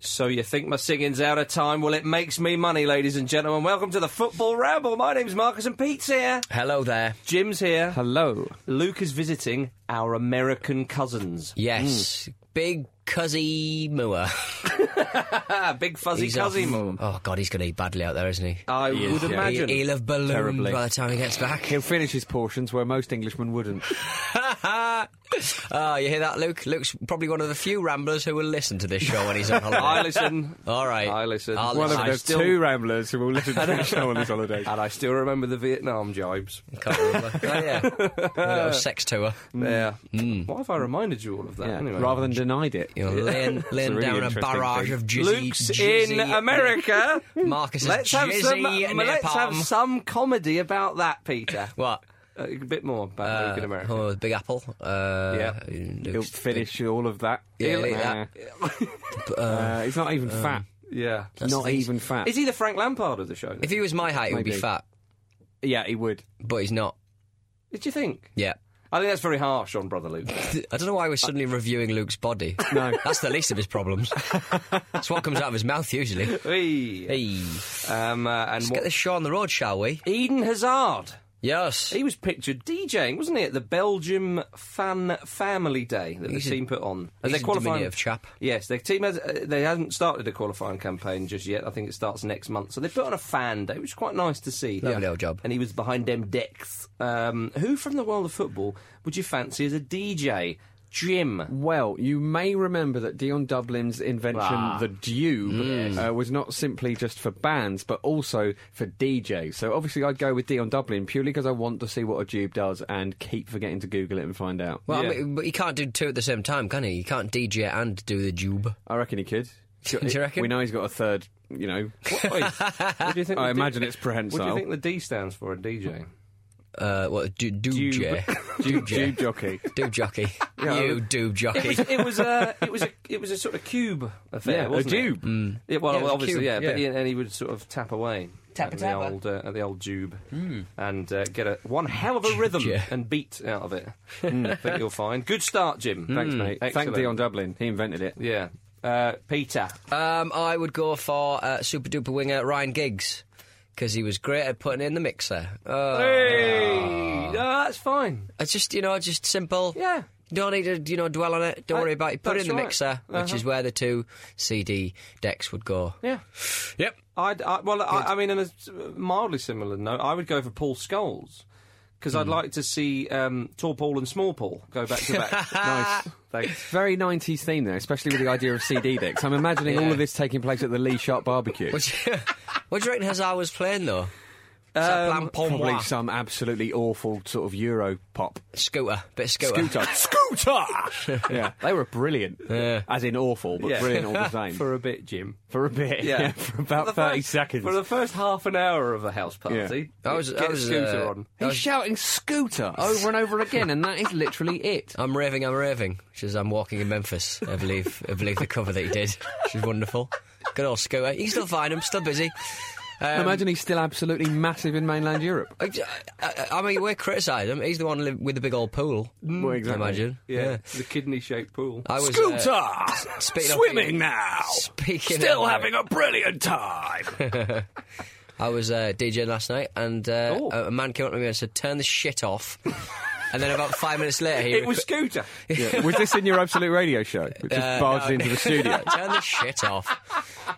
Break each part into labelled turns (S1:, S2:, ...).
S1: So you think my singing's out of time? Well, it makes me money, ladies and gentlemen. Welcome to the Football Ramble. My name's Marcus and Pete's here.
S2: Hello there.
S1: Jim's here.
S3: Hello.
S1: Luke is visiting our American cousins. Hmm.
S2: Yes, big cuzzy moor.
S1: Ah, big fuzzy cuzzy mum.
S2: Oh God, he's going to eat badly out there, isn't he?
S1: I would
S3: yeah.
S2: he,
S1: imagine.
S2: he'll have ballooned
S3: Terribly.
S2: by the time he gets back.
S3: He'll finish his portions where most Englishmen wouldn't.
S2: oh, you hear that, Luke? Luke's probably one of the few ramblers who will listen to this show when he's on holiday.
S1: I listen.
S2: All right.
S1: I listen.
S2: I'll
S3: One
S2: listen.
S3: of
S1: I
S3: the
S1: still-
S3: two ramblers who will listen to the show on his holidays.
S1: And I still remember the Vietnam jibes.
S2: Can't remember. Oh, yeah. A little sex tour.
S1: Yeah.
S2: Mm.
S1: What if I reminded you all of that?
S3: Yeah,
S1: anyway.
S3: Rather than denied it.
S2: You're laying, laying
S3: really
S2: down a
S3: interesting
S2: barrage
S3: thing.
S2: of jizzy.
S1: Luke's in
S2: jizzy-
S1: America.
S2: Marcus is
S1: let's have
S2: jizzy
S1: some.
S2: napalm.
S1: Let's have some comedy about that, Peter.
S2: What?
S1: Uh, a bit more about
S2: Uh,
S1: Luke in America.
S2: oh, Big Apple. Uh,
S1: Yeah.
S3: He'll
S2: Luke's-
S3: finish all of that.
S2: Yeah, he'll eat that.
S3: Uh, he's not even fat.
S1: Yeah.
S3: Not
S2: the thing.
S3: even fat.
S1: Is he the Frank Lampard of the show?
S2: If he was my height, he would be
S3: Maybe.
S2: fat,
S3: Yeah, he would.
S2: but he's not.
S1: Did you think?
S2: Yeah.
S1: I think that's very harsh on Brother Luke.
S2: I don't know why we're suddenly reviewing Luke's body. No. That's the least of his problems. That's what comes out of his mouth usually.
S1: hey.
S2: Hey.
S1: Um, uh, and
S2: Let's get
S1: what-
S2: this show on the road, shall we?
S1: Eden Hazard.
S2: Yes.
S1: He was pictured DJing, wasn't he, at the Belgium Fan Family Day that
S2: He's
S1: the
S2: a-
S1: team put on?
S2: he's
S1: they're
S2: a diminutive chap.
S1: Yes, their team has. Uh, they haven't started a qualifying campaign just yet. I think it starts next month. So they put on a fan day, which is quite nice to see.
S2: Lovely old job.
S1: And he was behind them decks. Um, who from the world of football would you fancy as a DJ? Jim.
S3: Well, you may remember that Dion Dublin's invention,
S1: Ah.
S3: the Dube, uh, was not simply just for bands, but also for DJs. So obviously, I'd go with Dion Dublin purely because I want to see what a Dube does and keep forgetting to Google it and find out.
S2: Well,
S1: Yeah.
S2: I mean, but he can't do two at the same time, can he? He can't DJ and do the jube.
S3: I reckon he could.
S2: Do you reckon?
S3: We know he's got a third, you know.
S1: What, wait, what do you think?
S3: I
S1: the D-
S3: imagine it's
S1: What do you
S3: prehensile.
S1: think the D stands for in DJ?
S2: Uh, what? Du- dube.
S3: Dube, Dube jockey.
S2: Dube jockey. You
S1: It was
S2: dube jockey.
S1: it was a it was a it was a sort of cube affair,
S3: Yeah, a
S1: wasn't it?
S3: tube.
S1: Yeah, well,
S2: Yeah, it was a
S1: obviously,
S2: cube,
S1: yeah, But he,
S2: yeah.
S1: and he would sort of tap away
S2: Tapper
S1: at the
S2: tapper.
S1: old uh, at the old tube and uh, get a one hell of a rhythm
S2: Yeah.
S1: and beat out of it. I think you'll find. Good start, Jim.
S3: Thanks, mate.
S1: Excellent.
S3: Thank Dion Dublin. He invented it.
S1: Yeah, uh, Peter.
S2: Um, I would go for uh, super duper winger Ryan Giggs because he was great at putting in the mixer. Uh,
S1: Hey, Ah, that's fine.
S2: It's just you know just simple.
S1: Yeah.
S2: Don't need to you know dwell on it. Don't
S1: Uh,
S2: worry about it. Put it
S1: that's
S2: in the
S1: right. Uh-huh.
S2: mixer, which is where the two CD decks would go.
S1: Yeah.
S2: Yep.
S1: I'd, I, well, I, I mean, on a s- mildly similar note, I would go for Paul Scholes because I'd like to see um, Tall Paul and Small Paul go back to back. nice. Thanks.
S3: Very 90s theme there, especially with the idea of CD decks. I'm imagining all of this taking place at the Lee Sharp barbecue.
S2: What do you, what do you reckon Hazard was playing though? Was that
S1: Um,
S2: playing Pour
S3: Um, Probably
S2: Moi?
S3: some absolutely awful sort of Euro pop.
S2: scooter, bit of scooter.
S3: Scooter. Scooter! yeah. They were brilliant. As in awful, but
S1: Yeah.
S3: brilliant all the same. for,
S1: For a bit, Jim.
S3: a bit. Yeah. for about
S1: the
S3: 30
S1: first-
S3: seconds.
S1: For the first half an hour of a house party,
S2: I was-
S1: get
S2: I was,
S1: scooter
S2: uh,
S1: on.
S3: He's shouting scooter over and over again, and that is literally it.
S2: I'm raving, I'm raving, which is I'm walking in Memphis. I believe, I believe the cover that he did, which is wonderful. Good old scooter. You can still find him, still busy.
S1: Um,
S3: Imagine he's still absolutely massive in mainland Europe.
S2: I, I, I mean, we're criticising him. He's the one li- with the big old pool.
S3: Well, exactly.
S2: I imagine.
S1: Yeah, the kidney-shaped pool.
S2: I was, uh,
S3: Scooter!
S2: speaking of-
S3: Swimming now!
S2: Speaking
S3: Still
S2: of-
S3: having a brilliant time!
S2: I was uh, DJing last night, and uh,
S1: Oh.
S2: a a man came up to me and said, "Turn the shit off." and then about five minutes later, he
S1: It was Scooter.
S3: Yeah. Was this in your Absolute Radio show? It just
S2: Uh,
S3: barged
S2: no.
S3: into the studio.
S2: Turn the shit off.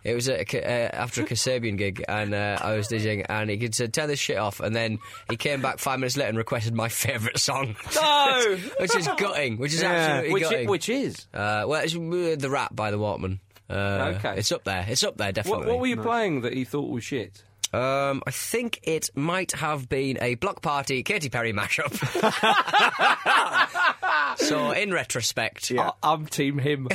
S2: It was at a, Ca- uh, after a Kasabian gig, and uh, I was DJing, and he said, "Turn this shit off." And then he came back five minutes later and requested my favourite song,
S1: No!
S2: which is gutting, which is absolutely
S1: which, i-
S2: gutting.
S1: which is?
S2: uh, well, it's uh, the rap by the Walkman. Uh,
S1: Okay.
S2: it's up there. It's up there, definitely.
S1: What, what were you playing that he thought was shit?
S2: Um, I think it might have been a block party Katy Perry mashup. so, in retrospect,
S3: Yeah.
S1: I- I'm team him.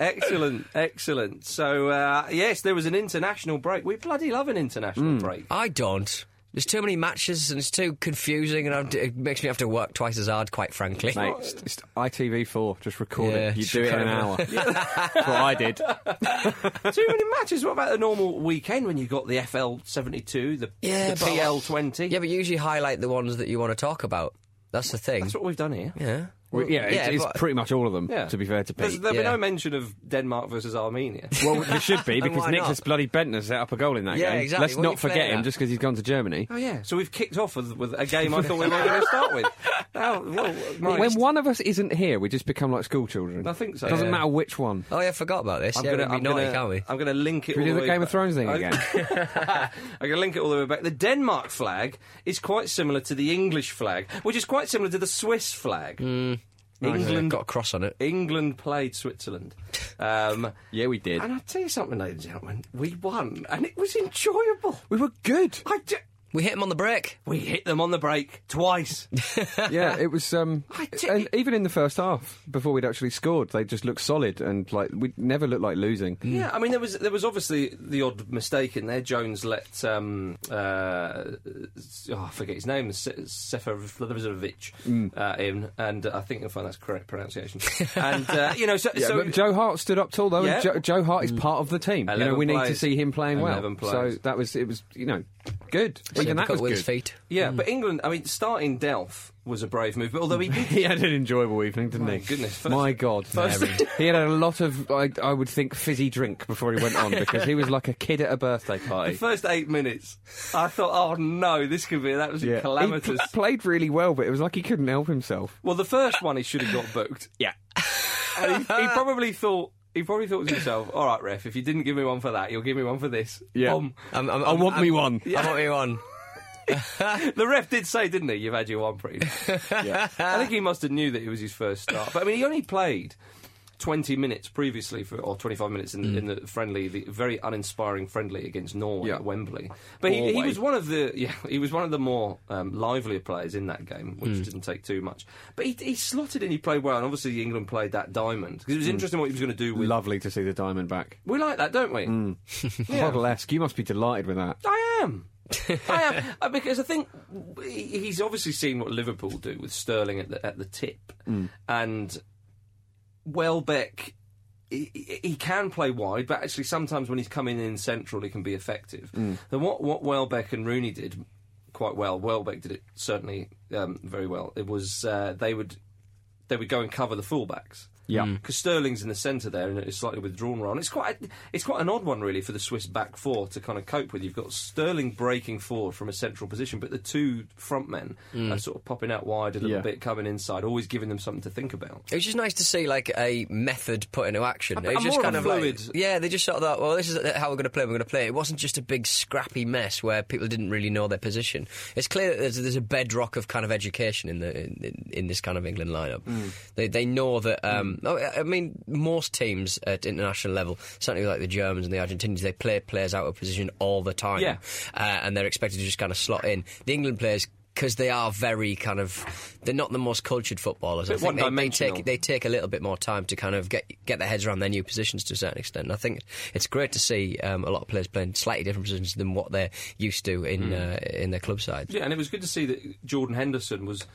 S1: excellent, excellent. So, uh, yes, there was an international break. We bloody love an international break.
S2: I don't. There's too many matches and it's too confusing, and I've- it makes me have to work twice as hard, quite frankly.
S3: Mate, it's, it's ITV4. Just record
S2: Yeah,
S3: it. You
S2: just
S3: do it in an hour.
S2: record
S3: That's what I did.
S1: Too many matches. What about the normal weekend when you got the FL 72, the,
S2: Yeah,
S1: the
S2: but-
S1: PL 20?
S2: Yeah, but you usually highlight the ones that you want to talk about. That's the thing.
S1: That's what we've done here.
S2: yeah.
S3: Well, yeah, it's, it's
S2: but-
S3: pretty much all of them, to be fair to
S1: There's-
S3: Pete.
S1: There'll be
S2: yeah.
S1: no mention of Denmark versus Armenia.
S3: Well, there should be, because
S2: why
S3: Nicholas
S2: not?
S3: bloody Bentner set up a goal in that
S2: Yeah,
S3: game.
S2: exactly.
S3: Let's
S2: What are you
S3: not forget
S2: playing
S3: him
S2: at?
S3: just because he's gone to Germany.
S1: Oh yeah. So we've kicked off with, with a game I thought we were going to start with. Now, well, my-
S3: When one of us isn't here, we just become like school children.
S1: I think so.
S3: Doesn't
S1: Yeah.
S3: matter which one.
S2: Oh, yeah, I forgot about this.
S1: I'm
S2: yeah,
S1: gonna,
S2: we'd be
S1: I'm
S2: naughty,
S1: gonna-
S2: can't we?
S1: I'm gonna link it.
S3: Should we
S1: all the
S3: do the
S1: way
S3: Game of Thrones thing
S1: I-
S3: again?
S1: I'm gonna link it all the way back. The Denmark flag is quite similar to the English flag, which is quite similar to the Swiss flag. England
S2: got a cross on it.
S1: England played Switzerland. Um,
S3: Yeah, we did.
S1: and I'll tell you something, ladies and gentlemen, we won, and it was enjoyable.
S3: We were good.
S1: I ju-
S2: We hit him on the break.
S1: we hit them on the break twice.
S3: yeah, it was. Um,
S1: I did-
S3: and even in the first half, before we'd actually scored, they just looked solid and like we never looked like losing.
S1: Yeah, I mean there was there was obviously the odd mistake in there. Jones let um, uh, oh, I forget his name, Se- Seferovic
S3: Mm.
S1: uh, in, and I think I find that's correct pronunciation. and uh, you know, so,
S3: Yeah,
S1: so
S3: but Joe Hart stood up tall though.
S1: Yeah.
S3: And Joe, Joe Hart is part of the team. You know,
S1: 11
S3: we need to
S1: players.
S3: see him playing well.
S1: 11
S3: So
S1: players.
S3: that was it. Was you know good.
S2: Yeah,
S3: Even that
S2: got
S3: was
S2: with his
S3: good.
S2: feet.
S1: yeah,
S3: Mm.
S1: but England. I mean, starting Delph was a brave move, but although he did.
S3: He had an enjoyable evening, didn't
S1: My
S3: he?
S1: goodness, first-
S3: My God.
S1: first-
S3: he had a lot of, I, I would think, fizzy drink before he went on because he was like a kid at a birthday
S1: The
S3: party.
S1: first eight minutes, I thought, "Oh no, this could be that was
S3: Yeah.
S1: a
S3: He
S1: calamitous."
S3: pl- played really well, but it was like he couldn't help himself.
S1: well, the first one he should have got booked.
S3: Yeah.
S1: And he, he probably thought he probably thought to himself, "All right, ref, if you didn't give me one for that, you'll give me one for this."
S3: Yeah.
S1: Boom.
S2: I'm, I'm,
S3: I
S2: I'm-
S1: Um,
S3: want me
S2: I'm-
S3: one.
S2: I want me one.
S1: The ref did say, didn't he? You've had your one pretty. much." I think he must have knew that it was his first start. But I mean, he only played. 20 minutes previously, for, or 25 minutes in, in the friendly, the very uninspiring friendly against Norway
S3: Mm. Yeah.
S1: at Wembley. But he, he
S3: Norway.
S1: was one of the yeah, he was one of the more um, livelier players in that game, which
S3: Mm.
S1: didn't take too much. But he, he slotted in, he played well, and obviously England played that diamond because it
S3: Mm.
S1: was interesting what he was going to do with.
S3: Lovely to see the diamond back.
S1: We like that, don't
S3: Mm.
S1: we? Yeah.
S3: Toddlesque, you must be delighted with that.
S1: I am. I am Uh, because I think he- he's obviously seen what Liverpool do with Sterling at the at the tip, and Welbeck. He, he- he can play wide, but actually sometimes when he's coming in central, he can be effective.
S3: Hmm.
S1: And what what Welbeck and Rooney did quite well. Welbeck did it certainly um, very well. It was uh, they would they would go and cover the fullbacks.
S3: Yeah.
S1: Because Sterling's in the centre there, and it's slightly withdrawn role. And it's quite, it's quite an odd one really for the Swiss back four to kind of cope with. You've got Sterling breaking forward from a central position, but the two front men are sort of popping out wide a little
S3: Hmm. Yeah.
S1: bit, coming inside, always giving them something to think about.
S2: It was just nice to see like a method put into action. It was
S1: I'm
S2: just
S1: more
S2: kind
S1: of
S2: of
S1: a
S2: like,
S1: fluid-
S2: yeah, they just sort of thought, well, this is how we're going to play. We're going to play. It wasn't just a big scrappy mess where people didn't really know their position. It's clear that there's, there's a bedrock of kind of education in the in, in this kind of England lineup.
S1: Mm.
S2: They they know that. Um, oh, I- I mean, most teams at international level, certainly like the Germans and the Argentinians, they play players out of position all the time.
S1: Yeah.
S2: uh, and they're expected to just kind of slot in. The England players. Because they are very kind of, they're not the most cultured footballers. I
S1: Bit
S2: think they- they
S1: one-dimensional.
S2: take they take a little bit more time to kind of get get their heads around their new positions to a certain extent. And I think it's great to see um, a lot of players playing slightly different positions than what they're used to in uh, in their club side.
S1: Yeah, and it was good to see that Jordan Henderson was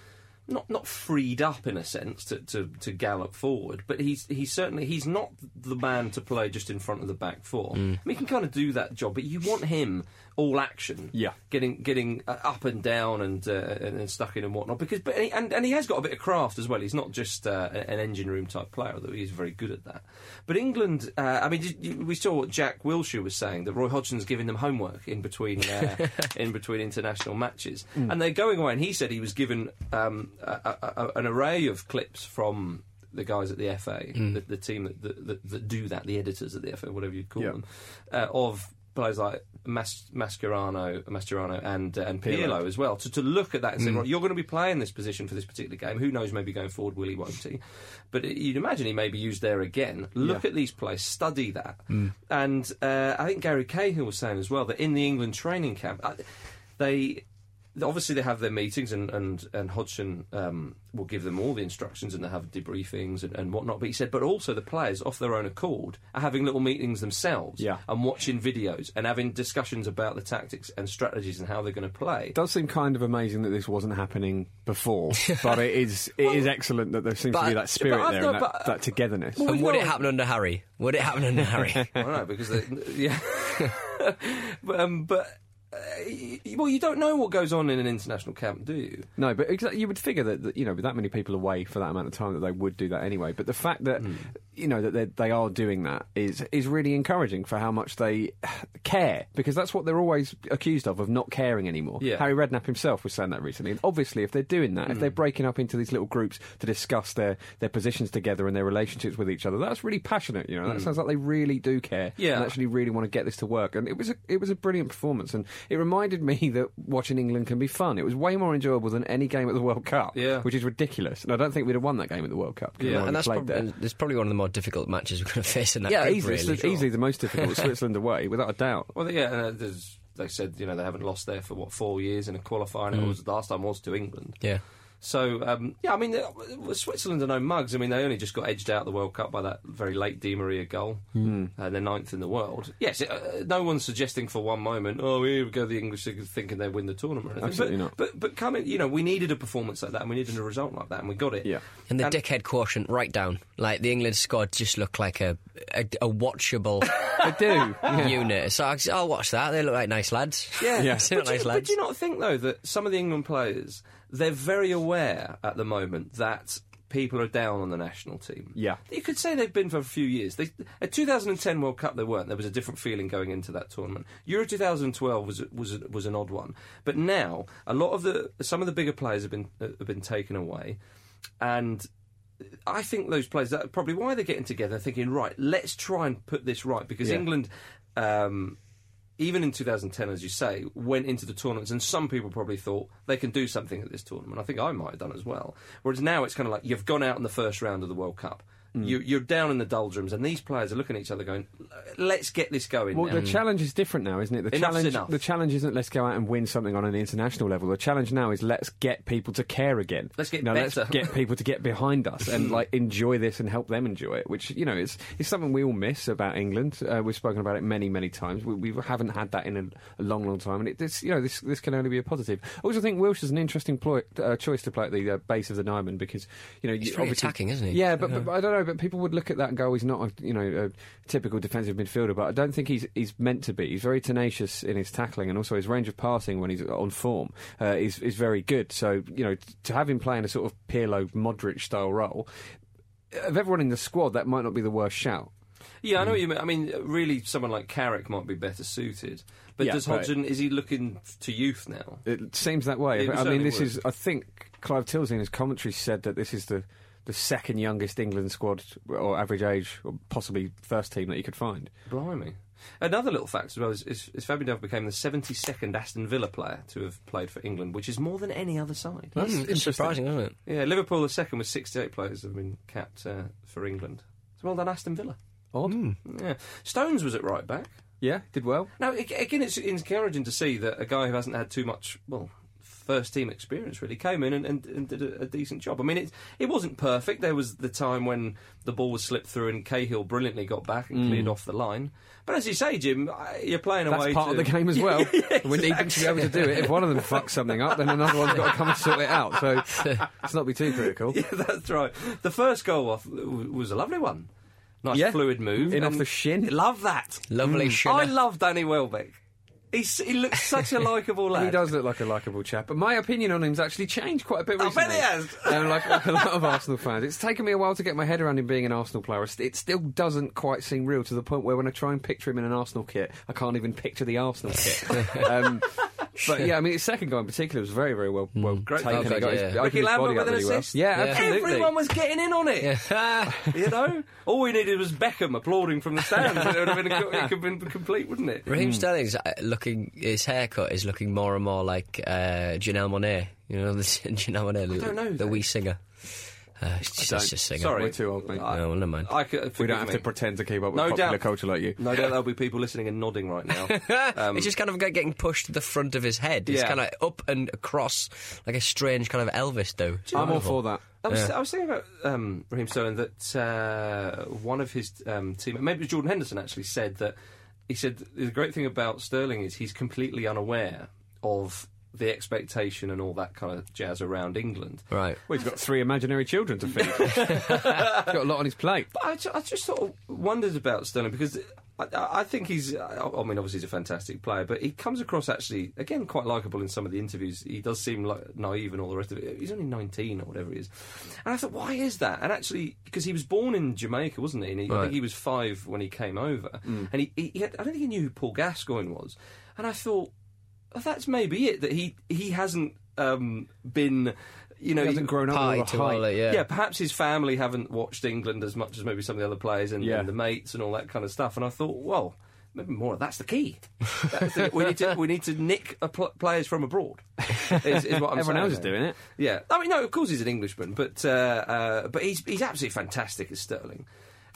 S1: not not freed up in a sense to, to, to gallop forward, but he's he's certainly he's not the man to play just in front of the back four. I mean, he can kind of do that job, but you want him all action,
S3: Yeah.
S1: getting getting uh, up and down and uh, and, and stuck in and whatnot. Because but he, and and he has got a bit of craft as well. He's not just uh, a- an engine room type player, although he is very good at that. But England, uh, I mean, did, you- we saw what Jack Wilshere was saying that Roy Hodgson's giving them homework in between uh, in between international matches, and they're going away. And he said he was given um, a, a, a, an array of clips from. The guys at the FA, the, the team that, that, that, that do that, the editors at the FA, whatever you call
S3: Yeah.
S1: them, uh, of players like Mas- Mascherano, Mascherano and uh, and Pirlo as well. To, to look at that and say, right, you're going to be playing this position for this particular game. Who knows? Maybe going forward, will he? Won't he? But it- you'd imagine he may be used there again. Look
S3: Yeah.
S1: at these players, study that, and uh, I think Gary Cahill was saying as well that in the England training camp, I, they obviously they have their meetings and and, and Hodgson um, will give them all the instructions and they have debriefings and, and whatnot. But he said, but also the players off their own accord are having little meetings themselves
S3: Yeah.
S1: and watching videos and having discussions about the tactics and strategies and how they're going to play.
S3: It does seem kind of amazing that this wasn't happening before, but it is it is excellent that there seems to
S2: but-
S3: be that spirit
S1: but I've
S3: there,
S1: got-
S3: and that,
S1: but-
S3: that togetherness.
S1: Well,
S2: And
S1: we
S2: would it
S1: know-
S2: happen under Harry? Would it happen under Harry?
S1: I don't know because they, yeah, but um, but. Uh, y- y- well, you don't know what goes on in an international camp, do you?
S3: No, but exa- you would figure that, that you know with that many people away for that amount of time that they would do that anyway. But the fact that
S1: Hmm.
S3: you know that they, they are doing that is is really encouraging for how much they care because that's what they're always accused of of not caring anymore.
S1: Yeah. Hmm.
S3: Harry Redknapp himself was saying that recently. And obviously, if they're doing that, if they're breaking up into these little groups to discuss their their positions together and their relationships with each other, that's really passionate. You know, that sounds like they really do care.
S1: Hmm. Yeah.
S3: and actually really want to get this to work. And it was a, it was a brilliant performance, and it reminded me that watching England can be fun. It was way more enjoyable than any game at the World Cup,
S1: Yeah.
S3: which is ridiculous. And I don't think we'd have won that game at the World Cup. given
S1: Yeah,
S3: how we
S2: and that's
S3: played
S2: probably,
S3: there.
S2: it's probably one of the more difficult matches we're going to face in that
S3: yeah,
S2: group,
S3: easily,
S2: really.
S3: it's easily the most difficult Switzerland away, without a doubt.
S1: Well, yeah, uh, there's, they said you know they haven't lost there for what four years in a qualifying. It was the last time was to England.
S2: Yeah.
S1: So um, yeah, I mean uh, uh, Switzerland are no mugs. I mean they only just got edged out of the World Cup by that very late Di Maria goal.
S3: Hmm.
S1: Mm. Uh, they're ninth in the world. Yes, it, uh, no one's suggesting for one moment. Oh, here we go, the English are thinking they win the tournament. or anything.
S3: Absolutely
S1: but,
S3: not.
S1: But but coming, you know, we needed a performance like that, and we needed a result like that, and we got it.
S3: Yeah.
S2: And the dickhead quotient right down. Like the England squad just looked like a a, a watchable
S3: I do.
S2: unit. So I, was- I'll watch that. They look like nice lads.
S1: Yeah,
S3: Yeah.
S2: They look
S1: But,
S2: nice
S1: do, but
S2: lads.
S1: do you not think though that some of the England players they're very aware at the moment that people are down on the national team.
S3: Yeah.
S1: you could say they've been for a few years. They, at 2010 World Cup they weren't. There was a different feeling going into that tournament. Euro 2012 was was was an odd one, but now a lot of the some of the bigger players have been have been taken away, and I think those players that are probably why they're getting together, thinking right, let's try and put this right because
S3: Yeah.
S1: England, um, even in 2010, as you say, went into the tournaments, and some people probably thought they can do something at this tournament. I think I might have done as well. Whereas now it's kind of like you've gone out in the first round of the World Cup.
S3: Hmm.
S1: You, you're down in the doldrums, and these players are looking at each other, going, "Let's get this going."
S3: Well,
S1: now.
S3: the challenge is different now, isn't it? The
S1: Enough's
S3: challenge,
S1: enough.
S3: the challenge isn't let's go out and win something on an international level. The challenge now is let's get people to care again.
S1: Let's get
S3: now,
S1: better.
S3: Let's get people to get behind us and like enjoy this and help them enjoy it. Which you know is is something we all miss about England. Uh, we've spoken about it many, many times. We, we haven't had that in a, a long, long time, and it, this you know this this can only be a positive. I also think Wilshere's an interesting ploy, uh, choice to play at the uh, base of the Nyman because you know
S2: He's
S3: you-
S2: really
S3: obviously-
S2: attacking, isn't he?
S3: Yeah, but, but I don't know. But people would look at that and go, "Oh, he's not a you know a typical defensive midfielder. But I don't think he's he's meant to be. He's very tenacious in his tackling and also his range of passing when he's on form uh, is is very good. So you know t- to have him playing a sort of Pirlo Modric style role. Of everyone in the squad, that might not be the worst shout.
S1: Yeah, I
S3: Hmm.
S1: know what you mean. I mean, really, someone like Carrick might be better suited. But
S3: Yeah,
S1: does
S3: right.
S1: Hodgson is he looking to youth now?
S3: It seems that way.
S1: It
S3: I
S1: certainly
S3: mean, this
S1: would.
S3: is. I think Clive Tilsley in his commentary said that this is the the second youngest England squad or average age, or possibly first team that he could find.
S1: Blimey. Another little fact as well is, is, is Fabian Delph became the 72nd Aston Villa player to have played for England, which is more than any other side.
S2: Mm,
S3: Hmm,
S2: it's surprising, isn't it?
S1: Yeah, Liverpool are second with 68 players that have been capped uh, for England. So well done, Aston Villa.
S3: Odd.
S1: Yeah. Stones was at right back.
S3: Yeah, did well.
S1: Now, ag- again, it's encouraging to see that a guy who hasn't had too much, well, f- first team experience. Really came in and, and, and did a, a decent job. I mean, it it wasn't perfect. There was the time when the ball was slipped through and Cahill brilliantly got back and cleared off the line. But as you say, Jim, I- you're playing
S3: Mm. That's
S1: away.
S3: part
S1: to-
S3: of the game as well.
S1: Yeah,
S3: We need them to be able to do it. If one of them fucks something up, then another one's got to come and sort it out. So let's not be too critical.
S1: Yeah, that's right. The first goal off w- was a lovely one. Nice
S3: Yeah.
S1: fluid move.
S3: In off
S1: and-
S3: the shin.
S1: Love that. Mm.
S2: Lovely shinner.
S1: I love Danny Welbeck. He's, he looks such a likeable lad.
S3: He does look like a likable chap, but my opinion on him's actually changed quite a bit
S1: I bet
S3: recently.
S1: it has.
S3: Um, like, like a lot of Arsenal fans, it's taken me a while to get my head around him being an Arsenal player. It it still doesn't quite seem real to the point where when I try and picture him in an Arsenal kit, I can't even picture the Arsenal kit. um, but yeah, I mean, his second goal in particular was very, very well, well
S1: Mm. Great
S3: taken.
S2: goal,
S3: He got his-
S2: yeah.
S3: opened
S1: Ricky
S3: his
S1: Lambert
S3: body up
S1: with an
S3: really well.
S1: assist.
S3: Yeah,
S2: Yeah.
S3: absolutely.
S1: Everyone was getting in on it.
S2: Yeah.
S1: You know, all we needed was Beckham applauding from the stands. and it would have been, it could have been complete, wouldn't it?
S2: Raheem Sterling's uh, looking. His haircut is looking more and more like uh, Janelle Monet. You know, the Janelle Monet, the,
S1: don't know
S2: the
S1: that.
S2: wee singer. Uh, she's just,
S3: don't.
S2: just singer.
S1: Sorry,
S3: We're too old, mate.
S1: I-
S2: No, well, never mind.
S1: I could,
S3: We
S1: forgive
S3: don't have
S1: me.
S3: to pretend to keep up with
S1: No
S3: popular
S1: doubt.
S3: culture like you.
S1: No doubt there'll be people listening and nodding right now.
S3: Um,
S2: it's just kind of get- getting pushed to the front of his head. It's
S1: Yeah.
S2: kind of up and across, like a strange kind of Elvis do.
S3: I'm all for that.
S1: I was, I was thinking about um, Raheem Sterling that uh, one of his um, team, maybe it was Jordan Henderson, actually said that he said the great thing about Sterling is he's completely unaware of the expectation and all that kind of jazz around England.
S2: Right.
S3: Well, he's got three imaginary children to feed. he's got a lot on his plate.
S1: But I, ju- I just sort of wondered about Sterling because I, I I think he's. I I mean, obviously he's a fantastic player, but he comes across actually again quite likable in some of the interviews. He does seem like naive and all the rest of it. He's only nineteen or whatever he is, and I thought, why is that? And actually, because he was born in Jamaica, wasn't he? And he I
S2: Right.
S1: think he was five when he came over,
S3: Hmm.
S1: and he, he, he had, I don't think he knew who Paul Gascoigne was, and I thought. "Oh, That's maybe it that he he hasn't um, been, you know,
S3: He hasn't grown up
S2: Party
S3: with
S2: to
S3: all the
S2: all
S3: hype.
S2: that, yeah.
S1: perhaps his family haven't watched England as much as maybe some of the other players and,
S3: Yeah.
S1: and the mates and all that kind of stuff. And I thought, well, maybe more of that's the key. That's the, we, need to, we need to nick a pl- players from abroad. Is, is what I'm
S3: Everyone
S1: saying
S3: else is
S1: there.
S3: doing it.
S1: Yeah, I mean, no, of course he's an Englishman, but uh, uh, but he's he's absolutely fantastic as Sterling.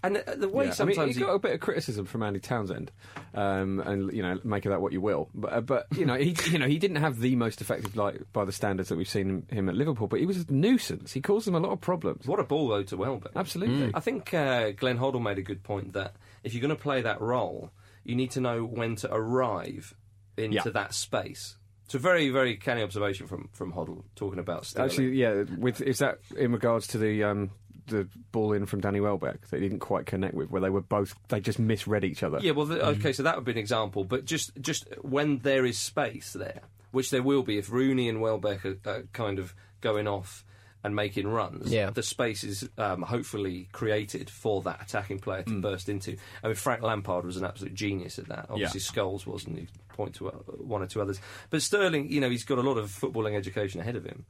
S1: And uh, the way
S3: Yeah,
S1: sometimes
S3: I mean,
S1: he-
S3: he got a bit of criticism from Andy Townsend, um, and you know, make of that what you will. But, uh, but you know, he you know he didn't have the most effective like by the standards that we've seen him, him at Liverpool. But he was a nuisance. He caused them a lot of problems.
S1: What a ball, though, to Welbeck.
S3: Absolutely.
S1: I think uh, Glenn Hoddle made a good point that if you're going to play that role, you need to know when to arrive into
S3: Yeah.
S1: that space. It's a very, very canny observation from, from Hoddle talking about Sterling.
S3: Actually, yeah. With is that in regards to the um, the ball in from Danny Welbeck that he didn't quite connect with, where they were both they just misread each other.
S1: yeah. Well, the, okay, so that would be an example, but just just when there is space there, which there will be if Rooney and Welbeck are, are kind of going off and making runs.
S2: Yeah.
S1: the space is um, hopefully created for that attacking player to burst into. I mean, Frank Lampard was an absolute genius at that. Obviously, Scholes was, and you point to uh, one or two others. But Sterling, you know, he's got a lot of footballing education ahead of him,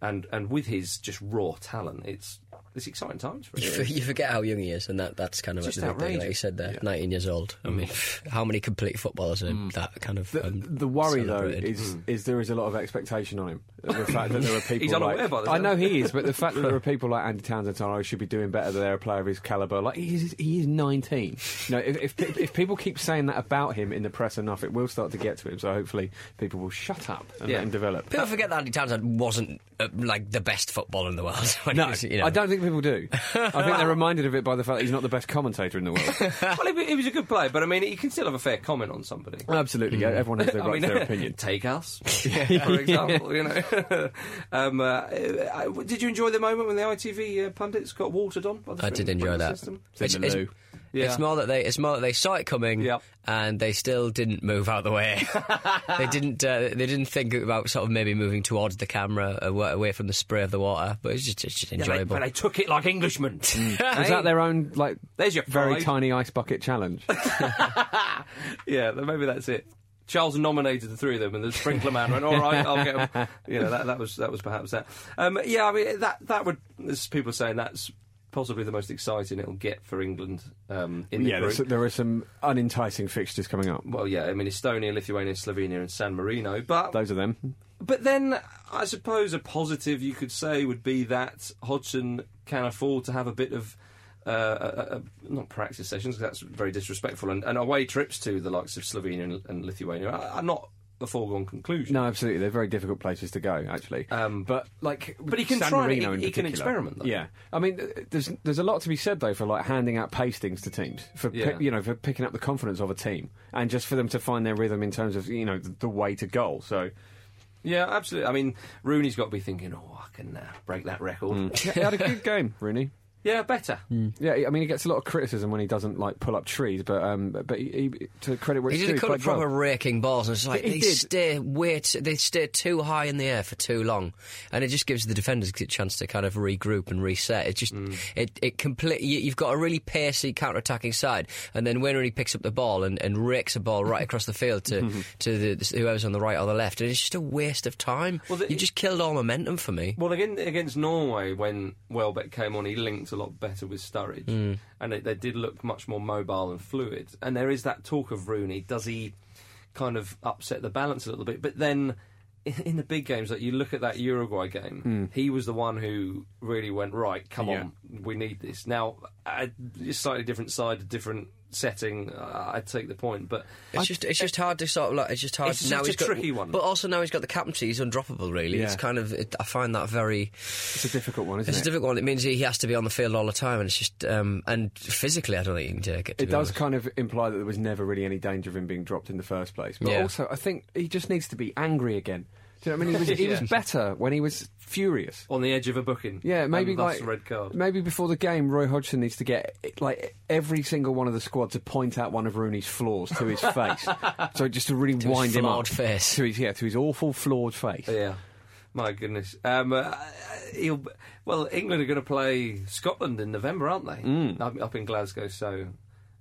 S1: and and with his just raw talent, it's it's exciting times for
S2: You,
S1: him.
S2: for, you forget how young he is, and that, that's kind of
S1: Just
S2: the big thing, like you
S1: outrageous.
S2: said there. 19 years old. I mean, how many complete footballers are that kind of.
S3: Mm. The,
S2: um,
S3: the worry though
S2: celebrated?
S3: is is there is a lot of expectation on him. The fact that there are people
S1: Hmm. He's unaware
S3: like,
S1: by the
S3: I know
S1: sound.
S3: he is, but the fact that there are people like Andy Townsend saying, "I should be doing better than a player of his caliber." Like he is, he is nineteen. You know, if, if pe- if people keep saying that about him in the press enough, it will start to get to him. So hopefully, people will shut up and
S1: Yeah.
S3: let him develop.
S2: People forget that Andy Townsend wasn't uh, like the best footballer in the world. when he
S3: No,
S2: was, you know.
S3: I don't think people do. I think they're reminded of it by the fact that he's not the best commentator in the world.
S1: well, he, he was a good player, but I mean, you can still have a fair comment on somebody.
S3: Absolutely, yeah, everyone has their right
S1: I mean,
S3: to their opinion.
S1: Take us, for example. You know, um, uh, uh, uh, did you enjoy the moment when the ITV uh, pundits got watered on? By the
S2: I
S1: French-
S2: did enjoy
S1: French
S2: that.
S1: System?
S3: It's in the loo.
S1: Yeah.
S2: it's more that they it's more that they saw it coming
S1: Yep.
S2: and they still didn't move out of the way. they didn't uh, they didn't think about sort of maybe moving towards the camera awa- away from the spray of the water, but it's just it's just
S1: Yeah, they,
S2: enjoyable.
S1: but they took it like Englishmen.
S3: Was Mm. that their own like?
S1: There's your
S3: very
S1: pride.
S3: tiny ice bucket challenge.
S1: yeah, then maybe that's it. Charles nominated the three of them, and the sprinkler man went, "All right, I'll get 'em." You know, that, that was that was perhaps that. Um, yeah, I mean, that that would. There's people saying that's possibly the most exciting it'll get for England um, in the
S3: yeah,
S1: group.
S3: there's, there are some unenticing fixtures coming up.
S1: Well, yeah, I mean, Estonia, Lithuania, Slovenia, and San Marino, but
S3: Those are them.
S1: But then, I suppose a positive you could say would be that Hodgson can afford to have a bit of. Uh, uh, uh, not practice sessions, 'cause that's very disrespectful, and, and away trips to the likes of Slovenia and, and Lithuania are, are not a foregone conclusion.
S3: No, absolutely. They're very difficult places to go, actually.
S1: Um,
S3: but like,
S1: but he can
S3: San
S1: try-
S3: Marino
S1: he-
S3: in
S1: he can
S3: particular.
S1: experiment, though.
S3: Yeah, I mean, uh, there's there's a lot to be said though for like handing out pastings to teams for pi-
S1: Yeah.
S3: you know for picking up the confidence of a team and just for them to find their rhythm in terms of you know the, the way to goal. So
S1: Yeah, absolutely. I mean, Rooney's got to be thinking, oh, I can uh, break that record.
S3: he had a good game, Rooney.
S1: yeah, better.
S3: Yeah, I mean, he gets a lot of criticism when he doesn't like pull up trees, but um, but he, he, to credit where
S2: He
S3: it's
S2: did
S3: due,
S2: a couple of
S3: played well.
S2: proper raking balls, and it's like
S3: He- he
S2: they
S3: did.
S2: stay way t- they stay too high in the air for too long, and it just gives the defenders a chance to kind of regroup and reset. It just
S1: Mm.
S2: it it complete. You, you've got a really pacey counter-attacking side, and then when he picks up the ball and, and rakes a ball right across the field to
S1: Mm-hmm.
S2: to the, whoever's on the right or the left, and it's just a waste of time.
S1: Well, the-
S2: you just killed all momentum for me.
S1: Well, again, against Norway, when Welbeck came on, he linked a lot better with Sturridge, and it, they did look much more mobile and fluid. And there is that talk of Rooney. Does he kind of upset the balance a little bit? But then. in- In the big games, like you look at that Uruguay game, he was the one who really went right. Come
S3: Hmm. Yeah.
S1: on, we need this now. A slightly different side, a different setting. Uh, I take the point, but
S2: It's just it's just hard to sort of like it's just hard.
S1: It's
S2: now
S1: such a
S2: he's got-
S1: tricky one.
S2: but also now he's got the captaincy. He's undroppable. Really,
S3: Yeah.
S2: it's kind of it, I find that very.
S3: It's a difficult one, isn't
S2: It's
S3: it?
S2: a difficult one. It means he has to be on the field all the time, and it's just um, and physically, I don't think he can take it. to
S3: It
S2: be
S3: does
S2: honest.
S3: kind of imply that there was never really any danger of him being dropped in the first place. But
S2: Yeah.
S3: also, I think he just needs to be angry again. Do you know what I mean? He was, he was better when he was furious.
S1: on the edge of a booking,
S3: Yeah, maybe
S1: and thus
S3: like
S1: a red card.
S3: maybe before the game, Roy Hodgson needs to get like every single one of the squad to point out one of Rooney's flaws to his face, so just to really
S2: his
S3: wind him up
S2: flawed face.
S3: to his yeah to his awful flawed face.
S1: Yeah. My goodness. Um, uh, he'll, well, England are going to play Scotland in November, aren't they?
S3: Mm.
S1: Up, up in Glasgow, so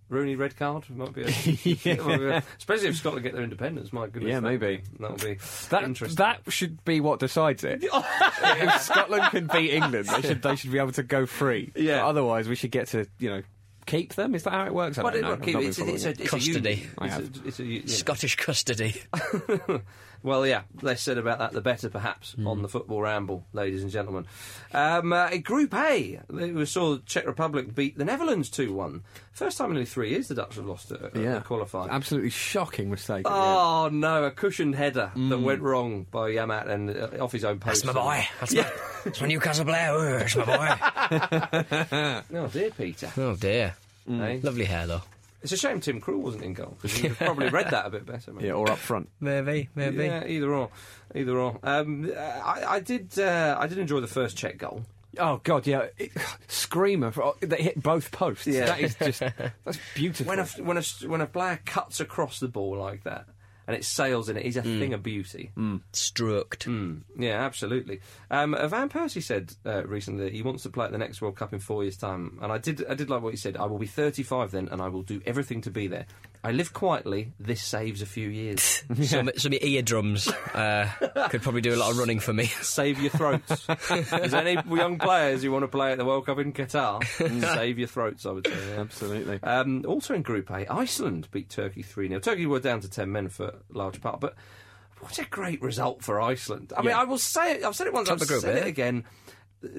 S1: Rooney red card might be, a, might be a- especially if Scotland get their independence. My goodness,
S3: Yeah,
S1: that'll
S3: maybe.
S1: be- that'll be
S3: That,
S1: interesting.
S3: that should be what decides it. if Scotland can beat England, they should they should be able to go free.
S1: Yeah.
S3: But otherwise, we should get to you know keep them. Is that how it works? I
S1: But
S3: don't
S1: it-
S3: know.
S1: look,
S3: I've not
S1: it's,
S3: been
S1: it's a,
S3: following
S1: it's a
S2: Custody.
S1: union.
S3: I
S1: It's
S3: have.
S1: a- it's a union.
S2: Scottish custody.
S1: well, yeah, less said about that, the better, perhaps,
S2: Hmm.
S1: on the football ramble, ladies and gentlemen. Um, uh, group A, we saw the Czech Republic beat the Netherlands 2 1. First time in nearly three years the Dutch have lost a, a,
S3: it.
S1: a qualifier.
S3: Absolutely shocking mistake.
S1: Oh no, a cushioned header that went wrong by Yamat and uh, off his own post.
S2: Hmm. That's my boy. That's, my, that's my Newcastle player. Ooh, That's my boy.
S1: Oh dear, Peter.
S2: oh dear.
S1: Eh?
S2: Lovely hair though.
S1: It's a shame Tim Krul wasn't in goal because you probably read that a bit better. Mate.
S3: yeah, or up front.
S2: Maybe, maybe.
S1: Yeah, either or, either or. Um, I, I did, uh, I did enjoy the first check goal.
S3: Oh god, yeah, it, screamer! For, oh, they hit both posts.
S1: Yeah.
S3: That is just that's beautiful.
S1: When a when a when a player cuts across the ball like that and it sails in it, he's a thing of beauty.
S2: Stroked.
S1: Mm, yeah, absolutely. Um, uh, Van Persie said uh, recently that he wants to play at the next World Cup in four years' time, and I did. I did like what he said. I will be 35 then, and I will do everything to be there. I live quietly. This saves a few years.
S2: Some, some eardrums uh, could probably do a lot of running for me.
S1: Save your throats. Is there any young players who want to play at the World Cup in Qatar? Save your throats, I would say. yeah.
S3: Absolutely.
S1: Um, also in Group A, Iceland beat Turkey 3 0. Turkey were down to 10 men for a large part, but what a great result for Iceland. I mean,
S3: Yeah.
S1: I will say it, I've said it once,
S2: Top
S1: I've
S2: of group
S1: said it
S2: A.
S1: again.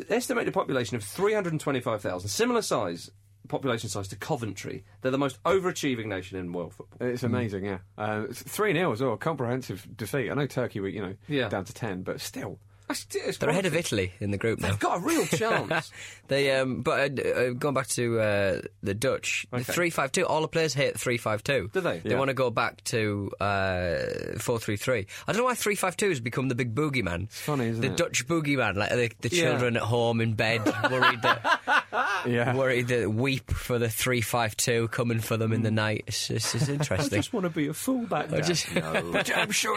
S1: Estimated population of 325,000, similar size, population size to Coventry. They're the most overachieving nation in world football.
S3: It's amazing, yeah. Um, Three 0 as well, comprehensive defeat. I know Turkey were, you know,
S1: Yeah.
S3: down to ten, but still,
S1: That's- it's
S2: They're ahead of
S1: wonderful.
S2: Italy in the group now.
S1: They've got a real chance.
S2: They, um, but uh, uh, going back to uh, the Dutch, the three five two. All the players hate three five two.
S1: Do they?
S2: They
S1: Yeah.
S2: want to go back to uh, four three three. I don't know why three five two has become the big boogeyman. It's
S3: funny, isn't
S2: the
S3: it?
S2: Dutch boogeyman, like the, the
S1: Yeah.
S2: children at home in bed, worried that
S1: Uh,
S3: yeah.
S2: worried that weep for the three five two coming for them
S1: Hmm.
S2: in the night. It's, it's, it's interesting.
S3: want to be a fullback.
S2: I just- But I'm so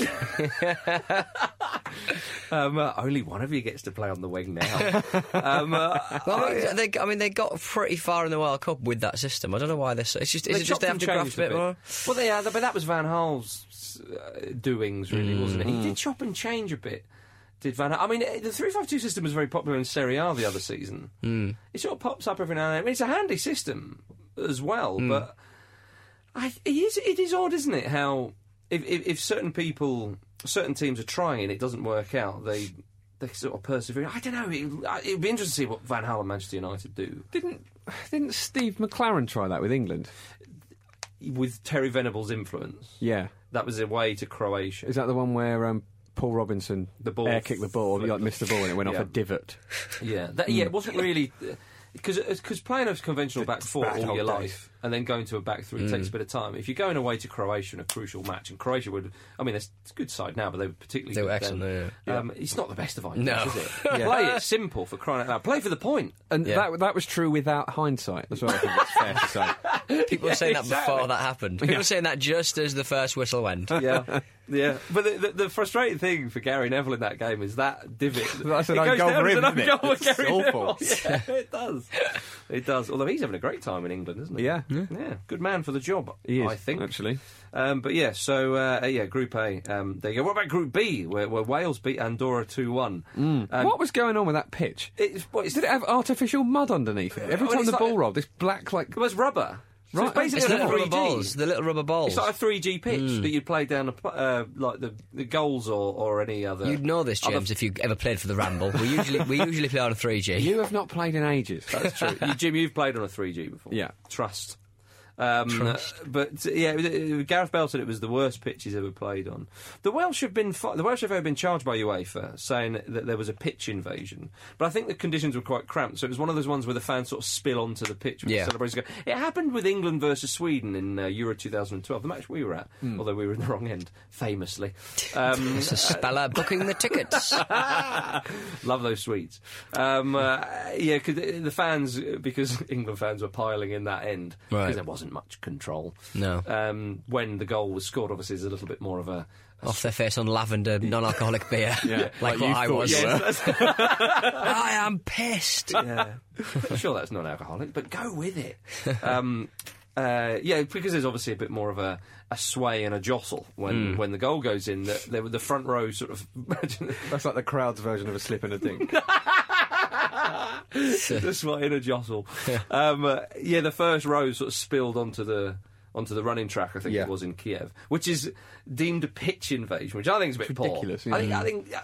S1: um, uh, only one of you gets to play on the wing now. um, uh,
S2: Well, I, mean, they, I mean, they got pretty far in the World Cup with that system. I don't know why they're. So, it's just, is
S1: They
S2: it just
S1: chopped
S2: they have
S1: and
S2: to graft
S1: changed
S2: a bit more?
S1: Well, they are, but that was Van Gaal's uh, doings, really, wasn't it?
S2: Mm.
S1: He did chop and change a bit. Did Van? Gaal. I mean, eh, the three-five-two system was very popular in Serie A the other season. Mm. It sort of pops up every now and then. I mean, it's a handy system as well,
S2: Mm.
S1: but I, it is it is odd, isn't it? How if, if if certain people, certain teams are trying and it doesn't work out, they. They sort of persevere. I don't know. It, I- it'd be interesting to see what Van Hal and Manchester United do.
S3: Didn't didn't Steve McLaren try that with England?
S1: with Terry Venables' influence.
S3: Yeah.
S1: That was away to Croatia.
S3: Is that the one where um, Paul Robinson
S1: The ball
S3: air kicked the ball,
S1: flipped.
S3: like missed the ball, and it went
S1: Yeah.
S3: off a divot?
S1: Yeah, that,
S2: Mm.
S1: yeah, it wasn't really uh, because because playing a conventional back four
S3: bad
S1: all
S3: old
S1: your
S3: days.
S1: life and then going to a back
S2: Mm.
S1: three takes a bit of time. If you're going away to Croatia in a crucial match, and Croatia would, I mean, it's a good side now, but they were particularly
S2: They were
S1: good
S2: excellent,
S1: Then.
S2: yeah,
S1: Um, it's not the best of ideas,
S2: No.
S1: is it? Play it simple for crying out loud. Play for the point.
S3: And
S2: Yeah.
S3: that that was true without hindsight as well. I think it's fair to say.
S2: People were saying that
S1: exactly.
S2: before that happened. People were saying that just as the first whistle went.
S1: Yeah, yeah. But the, the, the frustrating thing for Gary Neville in that game is that divot.
S3: That's an
S1: It
S3: own
S1: goes
S3: goal
S1: down
S3: for
S1: as
S3: him,
S1: an own
S3: isn't it?
S1: goal for
S3: It's
S1: Gary
S3: awful.
S1: Neville. Yeah, it does. It does. Although he's having a great time in England, isn't he?
S3: Yeah.
S1: yeah. Good man for the job.
S3: He is,
S1: I think
S3: actually.
S1: Um, but yeah, so uh, yeah, Group A. Um, there you go. What about Group B, where, where Wales beat Andorra two one?
S3: Hmm. what was going on with that pitch?
S1: It's, well, it's,
S3: Did it have artificial mud underneath it? Every
S1: Well,
S3: time
S1: it's
S3: the
S1: like-
S3: ball rolled, this black like
S1: it was rubber. So
S3: Right,
S1: it's basically
S2: It's the
S1: like
S2: little
S1: a 3D.
S2: rubber balls. The little rubber balls.
S1: It's like a 3G pitch
S3: Hmm.
S1: that you'd play down the, pu- uh, like the, the goals or, or any other.
S2: You'd know this, James, if you ever played for the Ramble. We usually we usually play on a three G.
S3: you have not played in ages.
S1: That's true. you, Jim, you've played on a 3G before.
S3: Yeah.
S1: Trust. Um, uh, But uh, yeah, it was- it- Gareth Bell said it was the worst pitch he's ever played on. The Welsh have been fi- the Welsh have been charged by UEFA saying that there was a pitch invasion, but I think the conditions were quite cramped, so it was one of those ones where the fans sort of spill onto the pitch. With
S2: Yeah.
S1: the celebrations go. It happened with England versus Sweden in uh, Euro 2012, the match we were at, although we were in the wrong end, famously. Um,
S2: It's a speller booking the tickets.
S1: Love those sweets. Um, uh, yeah, 'cause the the fans, because England fans were piling in that end, because
S2: Right.
S1: there wasn't much control.
S2: No.
S1: Um, when the goal was scored, obviously, there's a little bit more of a.
S2: Off their face on lavender, non-alcoholic beer, like,
S3: Like
S2: what
S3: you
S2: I
S3: thought
S2: was.
S3: you were.
S2: I am pissed.
S1: Yeah. sure, that's non alcoholic, but go with it. Um, uh, yeah, because there's obviously a bit more of a, a sway and a jostle when,
S2: Hmm.
S1: when the goal goes in. The, the, the front row sort of. imagine
S3: That's like the crowd's version of a slip and a dink.
S1: That's my inner jostle. Um, uh, yeah, the first row sort of spilled onto the onto the running track. I think
S3: Yeah.
S1: it was in Kiev, which is deemed a pitch invasion, which I think is a bit poor.
S3: ridiculous,
S1: I think, I think uh,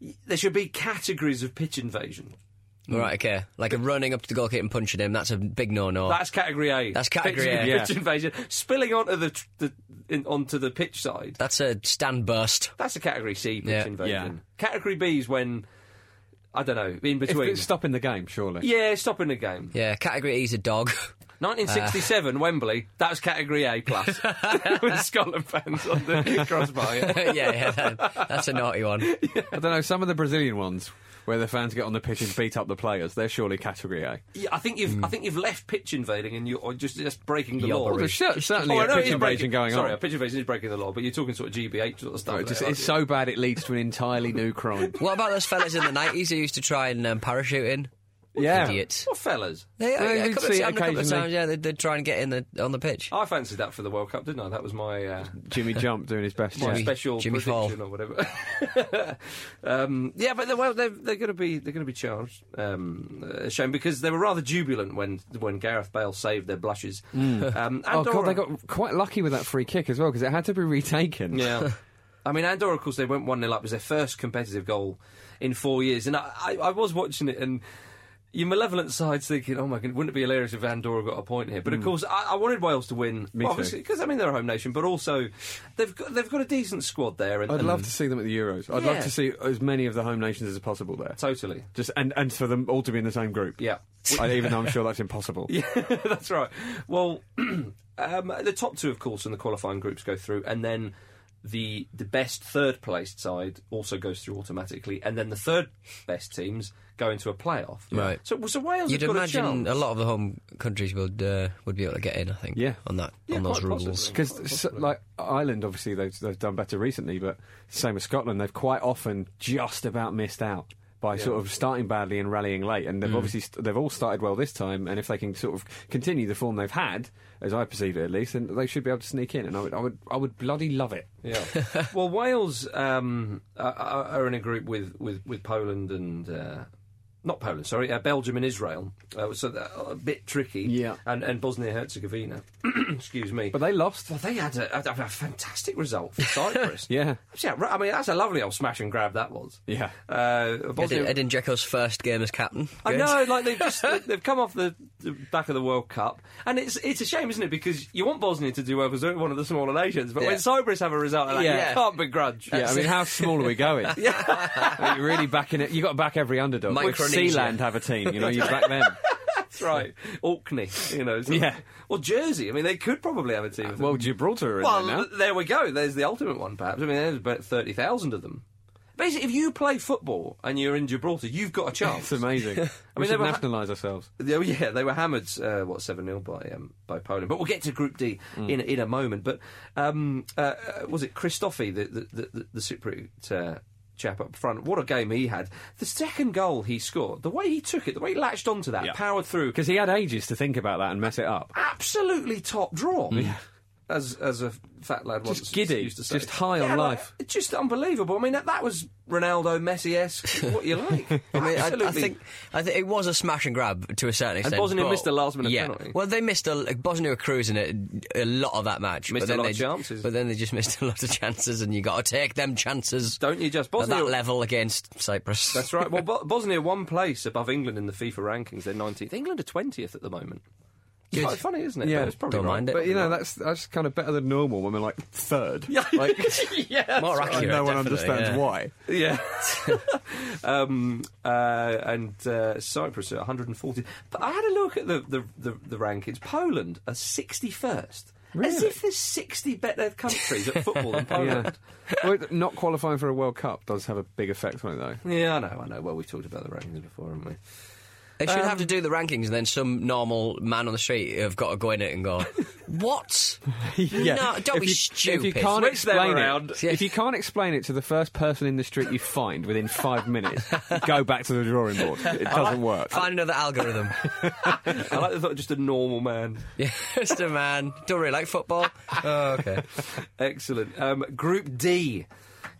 S1: y- there should be categories of pitch invasion.
S2: Right, okay. Like a running up to the goalkeeper and punching him. That's a big no-no.
S1: That's category A.
S2: Oh. That's category
S1: pitch,
S2: A.
S1: Pitch invasion spilling onto the, tr- the in, onto the pitch side.
S2: That's a stand burst.
S1: That's a category C pitch
S2: Yeah.
S1: invasion. Category B is when I don't know in
S3: It's,
S1: between.
S3: it's stopping the game, surely.
S1: yeah, stopping the game.
S2: Yeah, category E's a dog.
S1: 1967 Wembley. That was category A plus with Scotland fans on the crossbar. yeah.
S2: yeah, yeah, that- that's a naughty one.
S3: I don't know. Some of the Brazilian ones where the fans get on the pitch and beat up the players, they're surely category A.
S1: Yeah, I think you've I think you've left pitch invading and you're or just just breaking the law.
S2: Yobbery.
S3: There's cer- certainly
S1: Oh, I
S3: a
S1: know it
S3: pitch
S1: is
S3: invasion
S1: breaking,
S3: going
S1: sorry,
S3: on.
S1: a pitch invasion is breaking the law, but you're talking sort of GBH sort of stuff.
S3: No, Oh, it
S1: there,
S3: just-
S1: aren't
S3: it's
S1: you?
S3: so bad it leads to an entirely new crime.
S2: What about those fellas in the 90s who used to try and um, parachute in?
S3: yeah.
S2: Idiots.
S1: What fellas?
S2: They,
S3: Well,
S2: yeah, a
S3: you'd
S2: couple of,
S3: see it
S2: times- a couple of
S3: occasionally.
S2: times, yeah, they'd, they'd try and get in the on the pitch.
S1: I fancied that for the World Cup, didn't I? That was my uh,
S3: Jimmy Jump doing his best.
S1: my
S3: yeah.
S1: special
S2: Jimmy
S1: prediction
S2: Fall.
S1: or whatever. um, yeah, but they're, well, they're, they're going to be they're going to be charged. Um, a shame because they were rather jubilant when when Gareth Bale saved their blushes. Um,
S3: Oh
S1: Andorra-
S3: god, they got quite lucky with that free kick as well because it had to be retaken.
S1: yeah. I mean, Andorra, of course, they went 1 0 up. It was their first competitive goal in four years. And I, I, I was watching it, and your malevolent side's thinking, oh my god, wouldn't it be hilarious if Andorra got a point here? But of course, I, I wanted Wales to win.
S3: Hmm. Me
S1: obviously, because, I mean, they're a home nation, but also they've got, they've got a decent squad there. And,
S3: I'd
S1: and-
S3: love to see them at the Euros. I'd
S1: Yeah.
S3: love to see as many of the home nations as possible there.
S1: Totally.
S3: Just and, and for them all to be in the same group.
S1: Yeah.
S3: I, even though I'm sure that's impossible.
S1: Yeah, that's right. Well, um, the top two, of course, in the qualifying groups go through, and then the the best third placed side also goes through automatically, and then the third best teams go into a playoff.
S2: Right.
S1: So, so Wales
S2: You'd
S1: have got a
S2: imagine
S1: chance.
S2: a, lot of the home countries would uh, would be able to get in. I think.
S3: Yeah.
S2: On that.
S1: Yeah,
S2: on those
S1: quite
S2: rules.
S1: possibly.
S3: Because like Ireland, obviously they've, they've done better recently, but same as Scotland, they've quite often just about missed out by sort of starting badly and rallying late. And they've obviously st- they've all started well this time, and if they can sort of continue the form they've had, as I perceive it at least, then they should be able to sneak in. And I would I would I would bloody love it.
S1: Yeah. well, Wales um, are, are are in a group with, with, with Poland and uh, not Poland, sorry, uh, Belgium and Israel. Uh, so that, a bit tricky.
S3: Yeah.
S1: And, and Bosnia Herzegovina. Excuse me.
S3: But they lost.
S1: Well, they had a, a, a fantastic result for Cyprus.
S3: Yeah.
S1: Actually, I re- I mean, that's a lovely old smash and grab that was.
S3: Yeah.
S1: Uh, Bosnia-
S2: Edin, Edin Dzeko's first game as captain.
S1: I
S2: Good.
S1: know, like they've just they- they've come off the, the back of the World Cup, and it's it's a shame, isn't it? Because you want Bosnia to do well because they're one of the smaller nations, but
S2: Yeah.
S1: when Cyprus have a result like that,
S2: Yeah.
S1: you can't begrudge.
S3: Yeah, I mean, how small are we going? yeah, are you really backing it. You got to back every underdog. Would
S2: Micronesia.
S3: Sealand have a team, you know, you back them.
S1: that's right. Orkney, you know, so-
S3: Yeah.
S1: or Jersey. I mean, they could probably have a team. of them.
S3: Well, Gibraltar are in
S1: Well,
S3: there now.
S1: th- there we go. There's the ultimate one, perhaps. I mean, there's about thirty thousand of them. Basically, if you play football and you're in Gibraltar, you've got a chance.
S3: It's amazing. we
S1: mean, they
S3: should
S1: were-
S3: nationalise ourselves.
S1: Oh yeah, they were hammered. Uh, what seven 0 by um, by Poland. But we'll get to Group D
S3: Mm.
S1: in in a moment. But um, uh, uh, was it Christoffi, the the, the, the Cypriot uh, chap up front? What a game he had! The second goal he scored, the way he took it, the way he latched onto that,
S3: Yeah.
S1: powered through,
S3: Because he had ages to think about that and mess it up.
S1: absolutely top draw. As as a fat lad once
S3: Mm. giddy,
S1: used to say,
S3: just high on
S1: Yeah, like,
S3: life.
S1: it's just unbelievable. I mean, that, that was Ronaldo, Messi esque, what you like.
S2: I mean, I,
S1: absolutely.
S2: I think I think it was a smash and grab to a certain extent.
S1: Bosnia
S2: but-
S1: missed a last-minute
S2: yeah.
S1: penalty.
S2: Well, they missed a like, Bosnia were cruising it a lot of that match.
S1: Missed
S2: but
S1: a
S2: then
S1: lot
S2: they,
S1: of chances.
S2: But then they just missed a lot of chances, and you got to take them chances.
S1: Don't you just-
S2: at
S1: Bosnia-
S2: that level against Cyprus?
S1: That's right. Well, Bo- Bosnia one place above England in the FIFA rankings. They're 19th. England are 20th at the moment. It's quite funny, isn't it?
S3: Yeah.
S1: But it's probably
S2: Don't
S1: right.
S2: mind it.
S3: But you know, that's that's kind of better than normal when we're like third. Yeah. Like,
S1: yeah,
S2: More
S3: and
S2: accurate.
S3: no one
S2: definitely,
S3: understands
S2: yeah.
S3: why.
S1: yeah. um, uh, and uh, Cyprus are 140. But I had a look at the the, the, the rankings. Poland are 61st. As
S3: Really?
S1: if there's 60 better countries at football than
S3: Oh, Yeah.
S1: Poland.
S3: well, not qualifying for a World Cup does have a big effect on it, though.
S1: Yeah. I know, I know. Well, we talked about the rankings before, haven't we?
S2: They should
S1: Um,
S2: have to do the rankings, and then some normal man on the street have got to go in it and go, "What? No, don't
S3: if
S2: be
S3: you,
S2: stupid."
S3: If you can't
S1: Switch them
S3: explain
S1: around.
S3: it, if you can't explain it to the first person in the street you find within five minutes, go back to the drawing board. It doesn't work.
S2: Find another algorithm.
S1: I like the thought of just a normal man.
S2: yeah, just a man. Don't really like football. Oh, okay.
S1: Excellent. Um, Group D.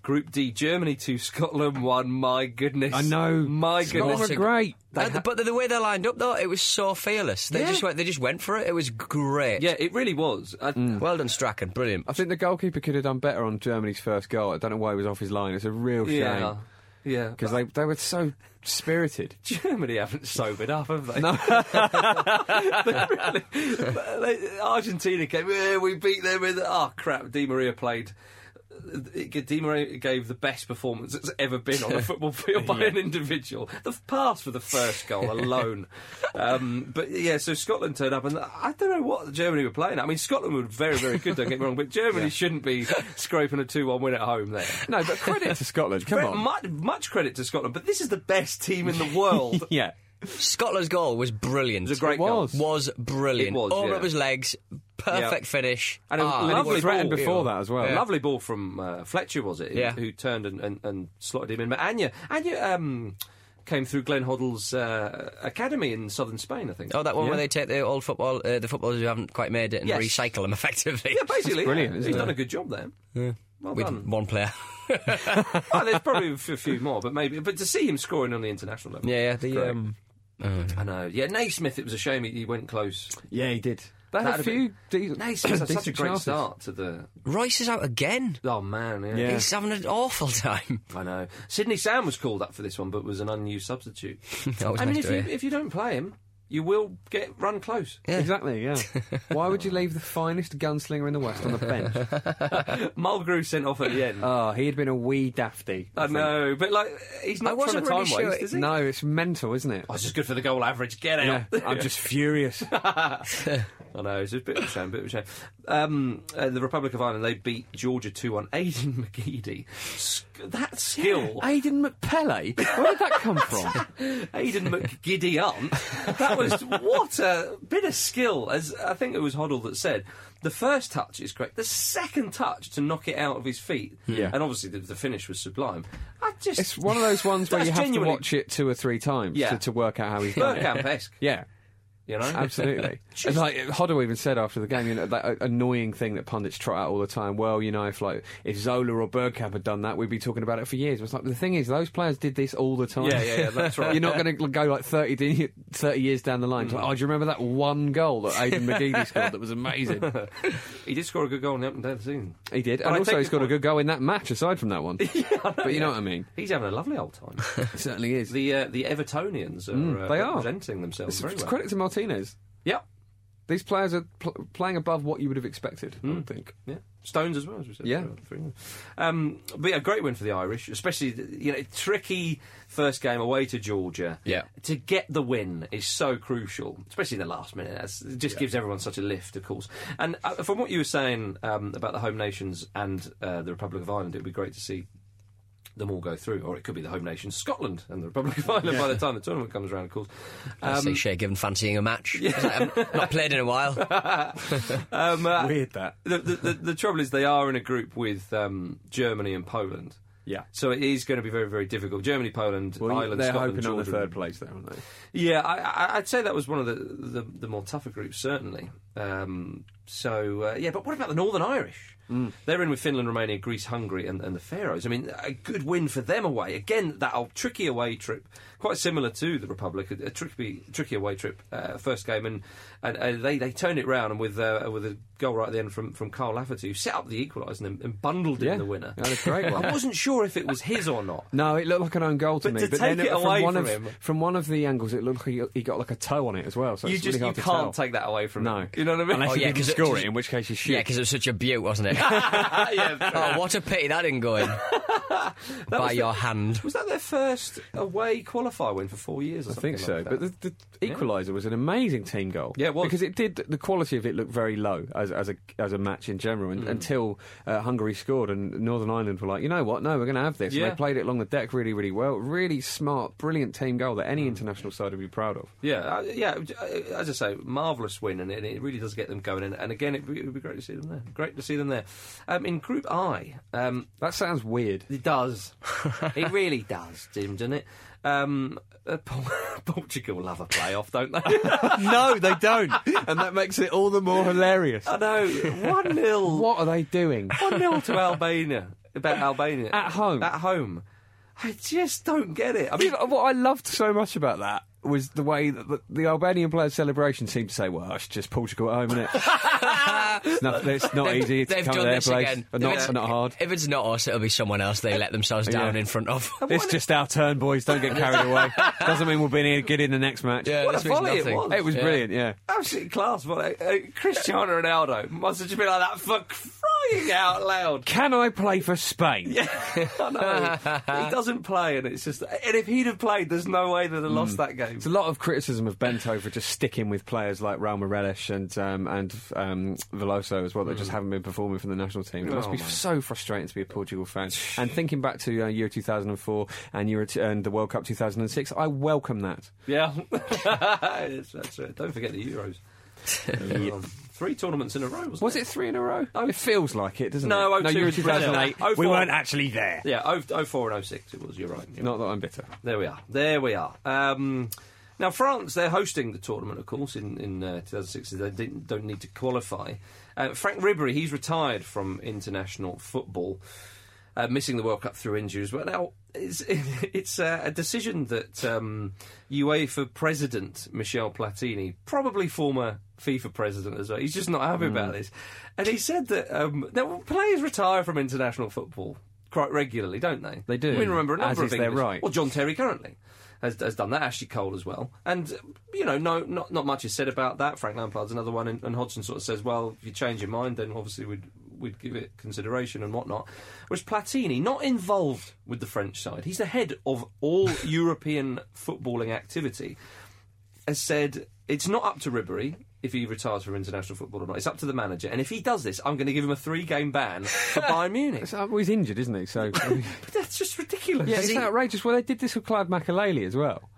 S1: Group D, Germany 2, Scotland 1. My goodness.
S3: I know.
S1: My
S3: Not
S1: goodness.
S2: a-
S3: great.
S2: Uh, but the, the way they lined up, though, it was so fearless. They
S1: Yeah.
S2: just went. They just went for it. It was great.
S1: Yeah, it really was. I,
S3: Mm.
S2: Well done, Strachan. Brilliant.
S3: I think the goalkeeper could have done better on Germany's first goal. I don't know why he was off his line. It's a real
S1: Yeah.
S3: shame
S1: Yeah.
S3: because they they were so spirited.
S1: Germany haven't sobered up, have they? No. Argentina came, "Eh, we beat them with. Oh, crap. Di Maria played. it- Di Maria gave the best performance that's ever been on a football field by an individual. The f- pass for the first goal alone. um, but yeah, so Scotland turned up, and I don't know what Germany were playing. at. I mean, Scotland were very, very good, don't get me wrong, but Germany shouldn't be scraping a 2 1 win at home there.
S3: No, but credit to Scotland. Come
S1: But
S3: on.
S1: much, much credit to Scotland, but this is the best team in the world.
S3: yeah.
S2: Scotland's goal was brilliant.
S1: It was a great
S3: It was.
S1: goal.
S2: Was brilliant.
S1: It was,
S2: Over
S1: yeah.
S2: up his legs. Perfect
S1: Yeah.
S2: finish.
S1: And a
S2: Ah,
S1: lovely
S3: He
S2: was-
S3: threatened
S1: ball.
S3: before that as well.
S1: A lovely ball from uh, Fletcher, was it?
S2: Yeah.
S1: Who turned and, and, and slotted him in. But Anya, Anya um, came through Glenn Hoddle's uh, academy in southern Spain, I think.
S2: Oh, that one where
S3: Yeah.
S2: they take the old football, uh, the footballers who haven't quite made it, and
S1: Yes.
S2: recycle them effectively.
S1: yeah, basically.
S3: brilliant,
S1: yeah.
S3: isn't
S1: He's
S3: it?
S1: done a good job there. Yeah. Well
S2: With
S1: done.
S2: one player.
S1: Oh, there's probably a f- a few more, but maybe. But to see him scoring on the international level.
S2: yeah, yeah. The,
S1: Great.
S2: um,
S1: I know. Yeah, Naismith, it was a shame he, he went close.
S3: Yeah, he did. They had a
S1: That'd
S3: few
S1: have
S3: decent.
S1: Naismith had such a
S3: decent
S1: great
S3: chances.
S1: start to the.
S2: Royce is out again.
S1: Oh, man. Yeah.
S3: Yeah.
S2: He's having an awful time.
S1: I know. Sydney Sam was called up for this one, but was an unused substitute.
S2: That was
S1: I mean,
S2: nice
S1: if
S2: to
S1: you,
S2: hear.
S1: if you don't play him, you will get run close.
S3: Exactly, yeah. Why would you leave the finest gunslinger in the West on the bench?
S1: Mulgrew sent off at the end.
S3: oh, he had been a wee dafty.
S1: I know, but like he's not
S2: I wasn't
S1: trying to
S2: really
S1: time
S2: sure
S1: waste,
S2: it-
S1: is he?
S3: No, it's mental, isn't it?
S1: Oh, it's just good for the goal average. Get out.
S3: Yeah, I'm just furious.
S1: I know, it's a bit of a shame, bit of a shame. Um, uh, the Republic of Ireland, they beat Georgia 2 1. Aidan McGeady. Sk- that skill.
S3: Aidan McPele? Where did that come from?
S1: Aidan McGiddy Aunt. That was what a bit of skill. As I think it was Hoddle that said, the first touch is correct. The second touch to knock it out of his feet,
S3: Yeah.
S1: and obviously the, the finish was sublime. I just
S3: It's one of those ones where
S1: That's
S3: you have to
S1: genuinely-
S3: watch it two or three times
S1: Yeah.
S3: to, to work out how he's done it.
S1: Bergkamp-esque.
S3: Yeah.
S1: You know,
S3: Absolutely. And like Hodder even said after the game, you know, that uh, annoying thing that pundits trot out all the time. Well, you know, if like if Zola or Bergkamp had done that, we'd be talking about it for years. It's like the thing is, those players did this all the time.
S1: Yeah, yeah, yeah, that's right.
S3: You're not going to go like 30, di- 30 years down the line. It's like, oh, do you remember that one goal that Aidan McGeady scored that was amazing?
S1: he did score a good goal in the opening day of the season.
S3: He did,
S1: But
S3: and
S1: I
S3: also
S1: take
S3: he
S1: your
S3: scored a
S1: point.
S3: good goal in that match. Aside from that one, but you know what I mean.
S1: He's having a lovely old time.
S3: It certainly is.
S1: the uh, the Evertonians are, uh,
S3: Mm, they are.
S1: representing themselves
S3: it's,
S1: very
S3: it's
S1: well.
S3: credit to Martinez.
S1: Yeah,
S3: These players are pl- playing above what you would have expected. I would think.
S1: yeah. Stones as well, as we said.
S3: Yeah.
S1: Um, but yeah, great win for the Irish, especially you know tricky first game away to Georgia.
S2: Yeah.
S1: To get the win is so crucial, especially in the last minute. That's, it just gives everyone such a lift, of course. And uh, from what you were saying um, about the home nations and uh, the Republic of Ireland, it would be great to see them all go through, or it could be the home nations, Scotland and the Republic of Ireland by the time the tournament comes around, of course.
S2: That's um, Shea given fancying a match. It's like, "I've not played in a while.
S1: Um, uh,
S3: Weird that.
S1: the, the, the, the trouble is they are in a group with um, Germany and Poland.
S3: Yeah.
S1: So it is going to be very, very difficult. Germany, Poland,
S3: Well,
S1: Ireland,
S3: they're
S1: Scotland,
S3: hoping on the
S1: Jordan.
S3: third place, there, aren't they?
S1: Yeah, I, I, I'd say that was one of the, the, the more tougher groups, certainly. Um, so, uh, yeah, but what about the Northern Irish?
S3: Mm.
S1: They're in with Finland, Romania, Greece, Hungary, and, and the Faroes. I mean, a good win for them away. Again, that old tricky away trip, quite similar to the Republic, a, a tricky, tricky away trip, uh, first game, and, and uh, they, they turned it round and with, uh, with a goal right at the end from, from Carl Lafferty, who set up the equaliser and, and bundled
S3: Yeah.
S1: in the winner.
S3: That was a great one.
S1: I wasn't sure if it was his or not.
S3: No, it looked like an own goal to
S1: But
S3: me.
S1: to
S3: but
S1: take
S3: then
S1: it
S3: from
S1: away
S3: one
S1: from
S3: of
S1: him.
S3: from one of the angles, it looked like he, he got like a toe on it as well. So
S1: You
S3: it's
S1: just
S3: really hard
S1: you
S3: to tell.
S1: can't take that away from
S3: No,
S1: him. You know what I mean?
S3: Unless
S2: Oh,
S3: you
S2: yeah,
S3: can
S2: 'cause it-
S3: score it, in which case you shoot.
S2: Yeah, because it was such a beaut, wasn't it?
S1: yeah, fair
S2: oh, what a pity that didn't go in. By
S1: was
S2: your hand.
S1: Was that their first away qualifier win for four years? Or
S3: I think so.
S1: something like that?
S3: But the, the equaliser was an amazing team goal.
S1: Yeah, it was.
S3: because it did. The quality of it looked very low as, as a as a match in general
S1: Mm.
S3: and, until uh, Hungary scored and Northern Ireland were like, you know what? No, we're going to have this.
S1: Yeah.
S3: And they played it along the deck really, really well. Really smart, brilliant team goal that
S1: Mm.
S3: any international side would be proud of.
S1: yeah, uh, yeah. uh, As I say, marvelous win, and it, it really does get them going. And, and again, it would be great to see them there. Great to see them there. Um, in Group I, um,
S3: That sounds weird.
S1: it does. it really does, Jim, doesn't it? Um, uh, Pol- Portugal love a playoff, don't they?
S3: no, they don't, and that makes it all the more hilarious.
S1: I know. One 0
S3: What are they doing?
S1: One 0 to Albania. About Albania
S3: At home.
S1: At home. I just don't get it. I mean,
S3: what I loved so much about that was the way that the, the Albanian players' celebration seemed to say, "Well, it's just Portugal at home, isn't it? it's not, it's not easy. It's
S2: They've
S3: come to
S2: done
S3: their
S2: this
S3: place.
S2: again.
S3: Not,
S2: if, it's,
S3: not hard.
S2: if it's not us, it'll be someone else they let themselves down
S3: Yeah.
S2: in front of.
S3: It's just our turn, boys. Don't get carried away. Doesn't mean we'll be any good in the next match.
S2: Yeah,
S1: What
S2: this
S1: a
S2: means
S1: volley it
S2: nothing.
S1: was.
S3: It was
S2: Yeah.
S3: brilliant. Yeah.
S1: Absolutely class, but uh, uh, Cristiano Ronaldo must have just been like that for crying out loud.
S3: Can I play for Spain?
S1: I know. he doesn't play, and it's just. And if he'd have played, there's no way they'd have lost that game.
S3: There's Hmm. a lot of criticism of Bento for just sticking with players like Raul Morelis and um, and um, Veloso as well that just
S1: Mm.
S3: haven't been performing for the national team. It must
S1: Oh,
S3: be so frustrating to be a Portugal fan. And thinking back to uh, Euro 2004 and Euro t- and the World Cup 2006, I welcome that.
S1: Yeah, Yes, that's it. Don't forget the Euros. Um, Three tournaments in a row. Wasn't
S3: Was it three in a row? it feels like it, doesn't
S1: Oh. No, oh,
S3: it?
S1: 02
S3: Euro
S1: was Brazil.
S3: 2008.
S1: 04.
S3: We weren't actually there.
S1: Yeah, oh, oh 04 and 06 it was. You're right. You're
S3: Not that I'm bitter.
S1: There we are. There we are. Um, now, France, they're hosting the tournament, of course, in, in uh, 2006. They didn't, don't need to qualify. Uh, Frank Ribery, he's retired from international football, uh, missing the World Cup through injuries. But now, it's, it's uh, a decision that um, UEFA president Michel Platini, probably former FIFA president as well, he's just not happy
S3: Hmm.
S1: about this. And he said that, um, that players retire from international football. Quite regularly, don't they?
S3: They do.
S1: We remember a number
S3: As
S1: of
S3: is their
S1: English.
S3: right.
S1: Well, John Terry currently has, has done that. Ashley Cole as well, and you know, no, not not much is said about that. Frank Lampard's another one, and, and Hodgson sort of says, "Well, if you change your mind, then obviously we'd we'd give it consideration and whatnot." Whereas Platini not involved with the French side. He's the head of all European footballing activity. Has said it's not up to Ribery. If he retires from international football or not, it's up to the manager. And if he does this, I'm going to give him a three-game ban for Bayern Munich.
S3: So, well, he's injured, isn't he? So
S1: But that's just ridiculous.
S3: Yeah, it's outrageous. Well, they did this with Clive McAlealy as well.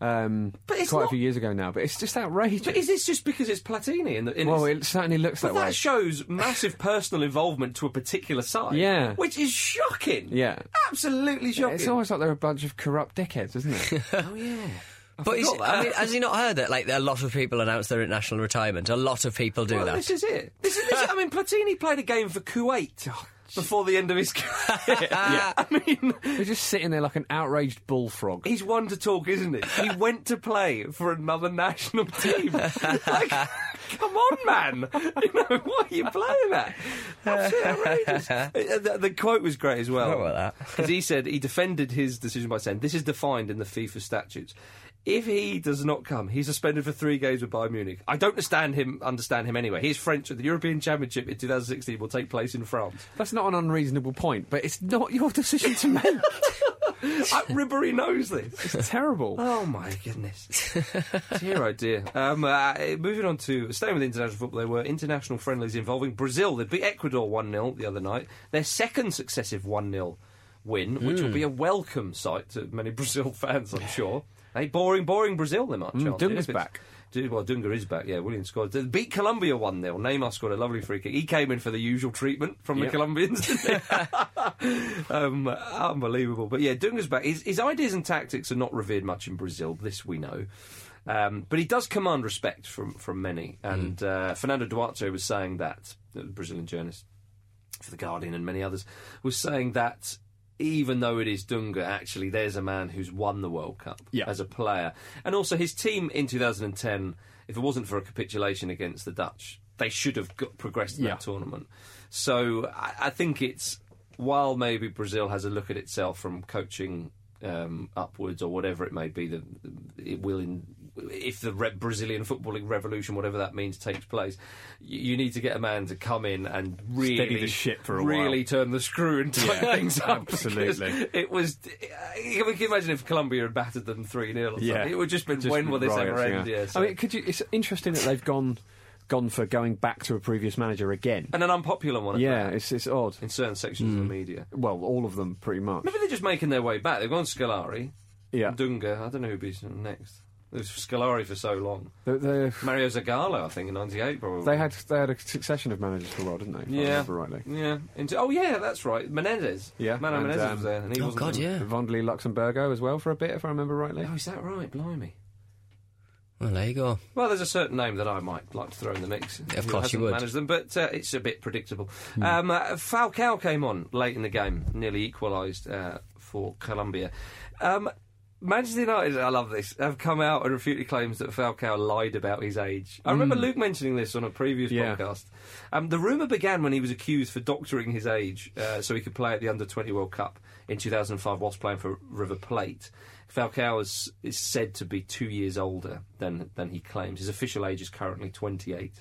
S3: Um,
S1: But it's
S3: quite a
S1: not-
S3: few years ago now, but it's just outrageous.
S1: But is this just because it's Platini? In the, in
S3: well,
S1: its-
S3: it certainly looks
S1: but
S3: that way.
S1: that shows massive personal involvement to a particular side.
S3: Yeah.
S1: Which is shocking.
S3: Yeah.
S1: Absolutely shocking.
S3: It's almost like they're a bunch of corrupt dickheads, isn't it?
S1: oh, yeah.
S2: but is,
S1: forgot
S2: I
S1: that.
S2: mean, has he not heard that? Like, a lot of people announce their international retirement. A lot of people do
S1: Well,
S2: that.
S1: this is it. This is, this is- I mean, Platini played a game for Kuwait
S3: Oh,
S1: before the end of his career. I mean,
S3: He's just sitting there like an outraged bullfrog.
S1: he's one to talk, isn't he? He went to play for another national team. like, come on, man. You know, what are you playing at? Absolutely outrageous. Uh, The, the quote was great as well.
S2: What about that?
S1: Because he said he defended his decision by saying, This is defined in the FIFA statutes. If he does not come, he's suspended for three games with Bayern Munich. I don't understand him. Understand him anyway. He's French, and the European Championship in 2016 will take place in France.
S3: That's not an unreasonable point, but it's not your decision to make.
S1: I, Ribery knows Uh, this.
S3: it's terrible.
S1: Oh my goodness! dear oh dear. Um, uh, moving on to staying with international football, there were international friendlies involving Brazil. They beat Ecuador one 0 the other night. Their second successive one 0 win, which will
S3: Hmm.
S1: be a welcome sight to many Brazil fans, I'm sure. Hey, boring, boring Brazil. They might. chance it
S3: Hmm, Dunga's
S1: if it's-
S3: back.
S1: Dude, well, Dunga is back, yeah. Williams scored. They beat Colombia 1 0. Neymar scored a lovely free kick. He came in for the usual treatment from the Colombians. didn't he? um, unbelievable. But yeah, Dunga's back. His, his ideas and tactics are not revered much in Brazil, this we know. Um, but he does command respect from, from many. And uh, Fernando Duarte was saying that, uh, the Brazilian journalist for The Guardian and many others, was saying that even though it is Dunga, actually, there's a man who's won the World Cup
S3: Yeah.
S1: as a player. And also, his team in 2010, if it wasn't for a capitulation against the Dutch, they should have got, progressed in
S3: Yeah.
S1: that tournament. So I, I think it's, while maybe Brazil has a look at itself from coaching. Um, upwards or whatever it may be, the, it will in if the re- Brazilian footballing revolution, whatever that means, takes place. You, you need to get a man to come in and really
S3: Steady the ship for a while.
S1: really turn the screw and tighten
S3: Yeah,
S1: things up. because
S3: absolutely.
S1: It was. I mean, can you imagine if Colombia had battered them 3 0 or something? It would just been when will this ever
S3: riots,
S1: end? Yeah. so-
S3: I mean, could you? It's interesting that they've gone gone for going back to a previous manager again.
S1: and an unpopular one at
S3: Yeah, Mm.
S1: that,
S3: it's it's odd.
S1: in certain sections of the media.
S3: Well, all of them pretty much.
S1: Maybe they're just making their way back. They've gone Scolari,
S3: Yeah,
S1: Dunga. I don't know who be next. It was Scolari for so long.
S3: they, they,
S1: Mario Zagallo, I think, in '98 probably.
S3: they had they had a succession of managers for a while, didn't they? If I
S1: Yeah.
S3: remember rightly.
S1: Yeah. Into, oh yeah, that's right. Menendez.
S3: Yeah,
S1: Mano
S3: and,
S1: Menendez
S3: um,
S1: was there, and he
S2: Oh,
S1: wasn't.
S2: God,
S1: there.
S2: yeah.
S3: Vondley Luxemburgo as well for a bit, if I remember rightly.
S1: Oh, is that right? Blimey.
S2: Well, there you go.
S1: Well, there's a certain name that I might like to throw in the mix.
S2: Of
S1: who
S2: course
S1: hasn't
S2: you would. Hmm.
S1: managed them, but uh, it's a bit predictable. Um, uh, Falcao came on late in the game, nearly equalised uh, for Colombia. Um, Manchester United, I love this, have come out and refuted claims that Falcao lied about his age. I remember Luke mentioning this on a previous
S3: Yeah.
S1: podcast. Um, the rumour began when he was accused for doctoring his age uh, so he could play at the Under 20 World Cup in 2005 whilst playing for River Plate. Falcao is, is said to be two years older than than he claims. His official age is currently 28.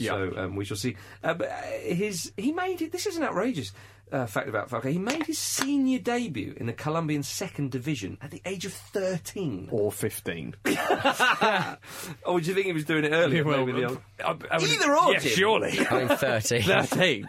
S1: So um, we shall see. Uh, but uh, his he made it. This is an outrageous uh, fact about Falcao. He made his senior debut in the Colombian second division at the age of 13.
S3: Or fifteen.
S1: Oh, do you think he was doing it earlier?
S3: Well,
S1: Maybe the old-
S3: I- I would-
S1: Either or,
S3: Yeah,
S1: Jim.
S3: surely.
S2: I mean, 30.
S3: Thirteen.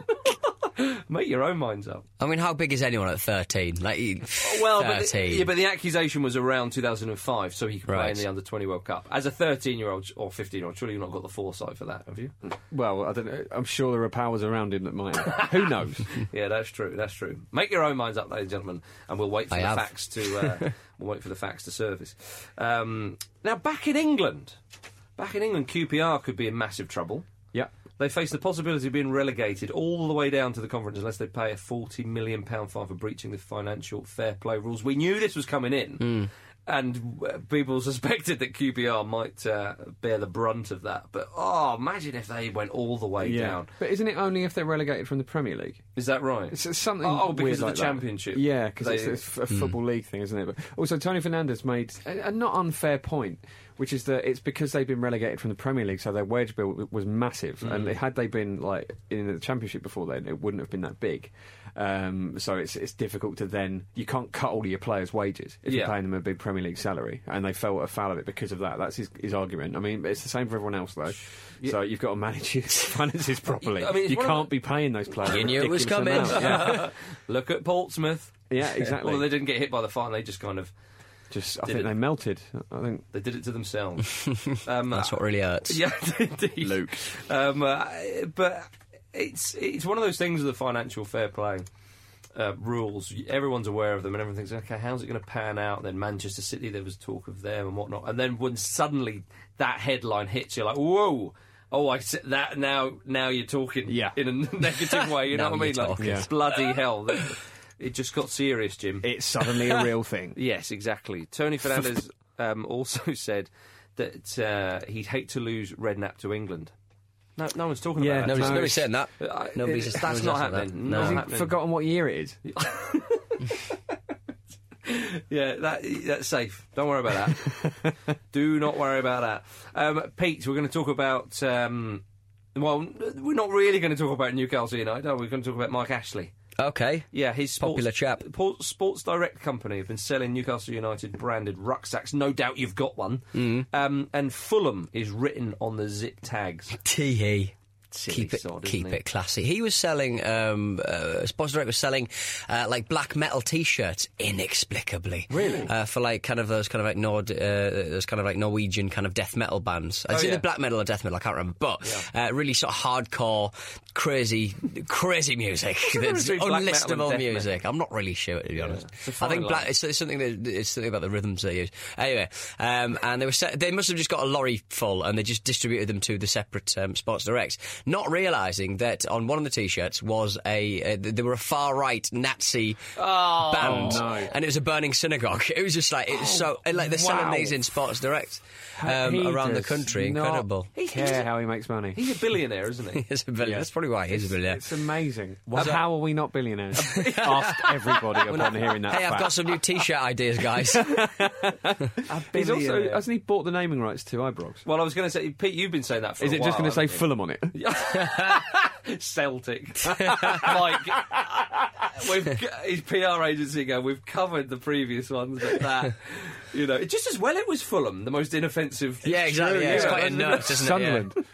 S1: Make your own minds up.
S2: I mean, how big is anyone at 13? Like, you-
S1: Well, but
S2: 13.
S1: the, yeah, but the accusation was around 2005, so he could play
S2: Right.
S1: in the under 20 World Cup as a 13 year old or 15 year old. Surely you've not got the foresight for that, have you?
S3: well, I don't know. I'm sure there are powers around him that might. Who knows?
S1: yeah, that's true. That's true. Make your own minds up, ladies and gentlemen, and we'll wait for
S2: I
S1: the
S2: have.
S1: facts to uh, we'll wait for the facts to surface. Um, now, back in England, back in England, QPR could be in massive trouble.
S3: yeah.
S1: They face the possibility of being relegated all the way down to the conference unless they pay a forty million pound fine for breaching the financial fair play rules. We knew this was coming in,
S2: Hmm.
S1: and uh, people suspected that QPR might uh, bear the brunt of that. But oh, imagine if they went all the way down.
S3: But isn't it only if they're relegated from the Premier League?
S1: Is that right?
S3: It's, it's something.
S1: Oh, because
S3: weird
S1: of the
S3: like that.
S1: championship.
S3: Yeah, because
S1: They- Hmm.
S3: it's, it's a football league thing, isn't it? But also, Tony Fernandez made a, a not unfair point, which is that it's because they've been relegated from the Premier League, so their wage bill w- was massive.
S1: Hmm.
S3: And had they been like in the Championship before then, it wouldn't have been that big. Um, so it's it's difficult to then you can't cut all of your players' wages if you're
S1: Yeah.
S3: paying them a big Premier League salary, and they fell a foul of it because of that. That's his, his argument. I mean, it's the same for everyone else though. So you've got to manage your finances properly.
S1: I mean, it's
S3: you
S1: one of
S3: can't
S1: the-
S3: be paying those players.
S2: You knew it was
S3: ridiculous
S2: coming.
S3: amount. Yeah.
S1: Look at Portsmouth.
S3: Yeah, exactly.
S1: Although they didn't get hit by the fine, they just kind of
S3: Just, I
S1: did
S3: think
S1: it.
S3: they melted. I think
S1: they did it to themselves. um,
S2: That's what really hurts.
S1: Yeah, indeed. Luke. Um, uh, but it's it's one of those things with the financial fair play. uh, rules. Everyone's aware of them, and everything's okay. How's it going to pan out? Then Manchester City, there was talk of them and whatnot, and then when suddenly that headline hits, you're like, whoa. Oh, I see that now. Now you're talking
S3: Yeah.
S1: in a negative way. You know
S2: Now
S1: what I mean?
S2: you're
S1: Like
S2: talking.
S3: Yeah.
S1: bloody hell, it just got serious, Jim.
S3: It's suddenly a real thing.
S1: Yes, exactly. Tony Fernandez um, also said that uh, he'd hate to lose Redknapp to England. No, no one's talking
S3: Yeah,
S1: about
S2: Nobody's,
S1: that.
S3: No,
S2: nobody's
S3: it's-
S2: saying that.
S1: uh, I-
S2: Nobody's
S1: that's
S2: nobody's
S1: not
S2: asking that.
S1: happening.
S2: No.
S1: Not
S3: Has he
S1: happening.
S3: forgotten what year it is?
S1: Yeah, that, that's safe. Don't worry about that. Do not worry about that. Um, Pete, we're going to talk about. Um, well, we're not really going to talk about Newcastle United, are we? We're going to talk about Mike Ashley.
S2: Okay.
S1: Yeah, his sports,
S2: Popular chap.
S1: Por- Sports Direct company have been selling Newcastle United branded rucksacks. No doubt you've got one. Um, and Fulham is written on the zip tags.
S2: Tee hee.
S1: Silly
S2: keep it,
S1: sod, isn't
S2: keep
S1: he?
S2: it classy. He was selling, um, uh, Sports Direct was selling uh, like black metal T-shirts inexplicably. Really? Uh, for like kind of those kind of like Nord, uh, those kind of like Norwegian kind of death metal bands.
S1: Oh,
S2: It's
S1: yeah.
S2: either black metal or death metal. I can't remember, but uh, really sort of hardcore, crazy, crazy music. That's
S1: between black metal and
S2: unlistenable
S1: death
S2: music. Like, I'm not really sure, to be honest.
S1: It's a
S2: I
S1: fine
S2: think black,
S1: line.
S2: it's, it's something that it's something about the rhythms they use. Anyway, um, and they were set, they must have just got a lorry full and they just distributed them to the separate um, Sports Directs, not realising that on one of the t-shirts was a uh, they were a far right Nazi band,
S3: no.
S2: and it was a burning synagogue. It was just like it was so and, like they're selling
S3: wow.
S2: these in Sports Direct
S3: He
S2: um, around the
S3: does
S2: country.
S3: not
S2: Incredible.
S3: Care how he makes money.
S1: He's a billionaire, isn't he?
S2: It's a villain. That's probably why he's a billionaire.
S3: It's amazing. how are we not billionaires? Asked everybody upon hearing that.
S2: Hey, I've
S3: fact.
S2: got some new T-shirt ideas, guys.
S3: He's also
S1: billionaire.
S3: hasn't he bought the naming rights to Ibrox?
S1: Well, I was going to say, Pete, you've been saying that for
S3: Is
S1: a
S3: it just
S1: while,
S3: going to say
S1: haven't you?
S3: Fulham on it?
S1: Celtic. like, we've, c- his PR agency go, we've covered the previous ones, but that, you know, just as well it was Fulham, the most inoffensive.
S2: yeah, exactly. Yeah, it's
S1: Yeah.
S2: quite a nerd, isn't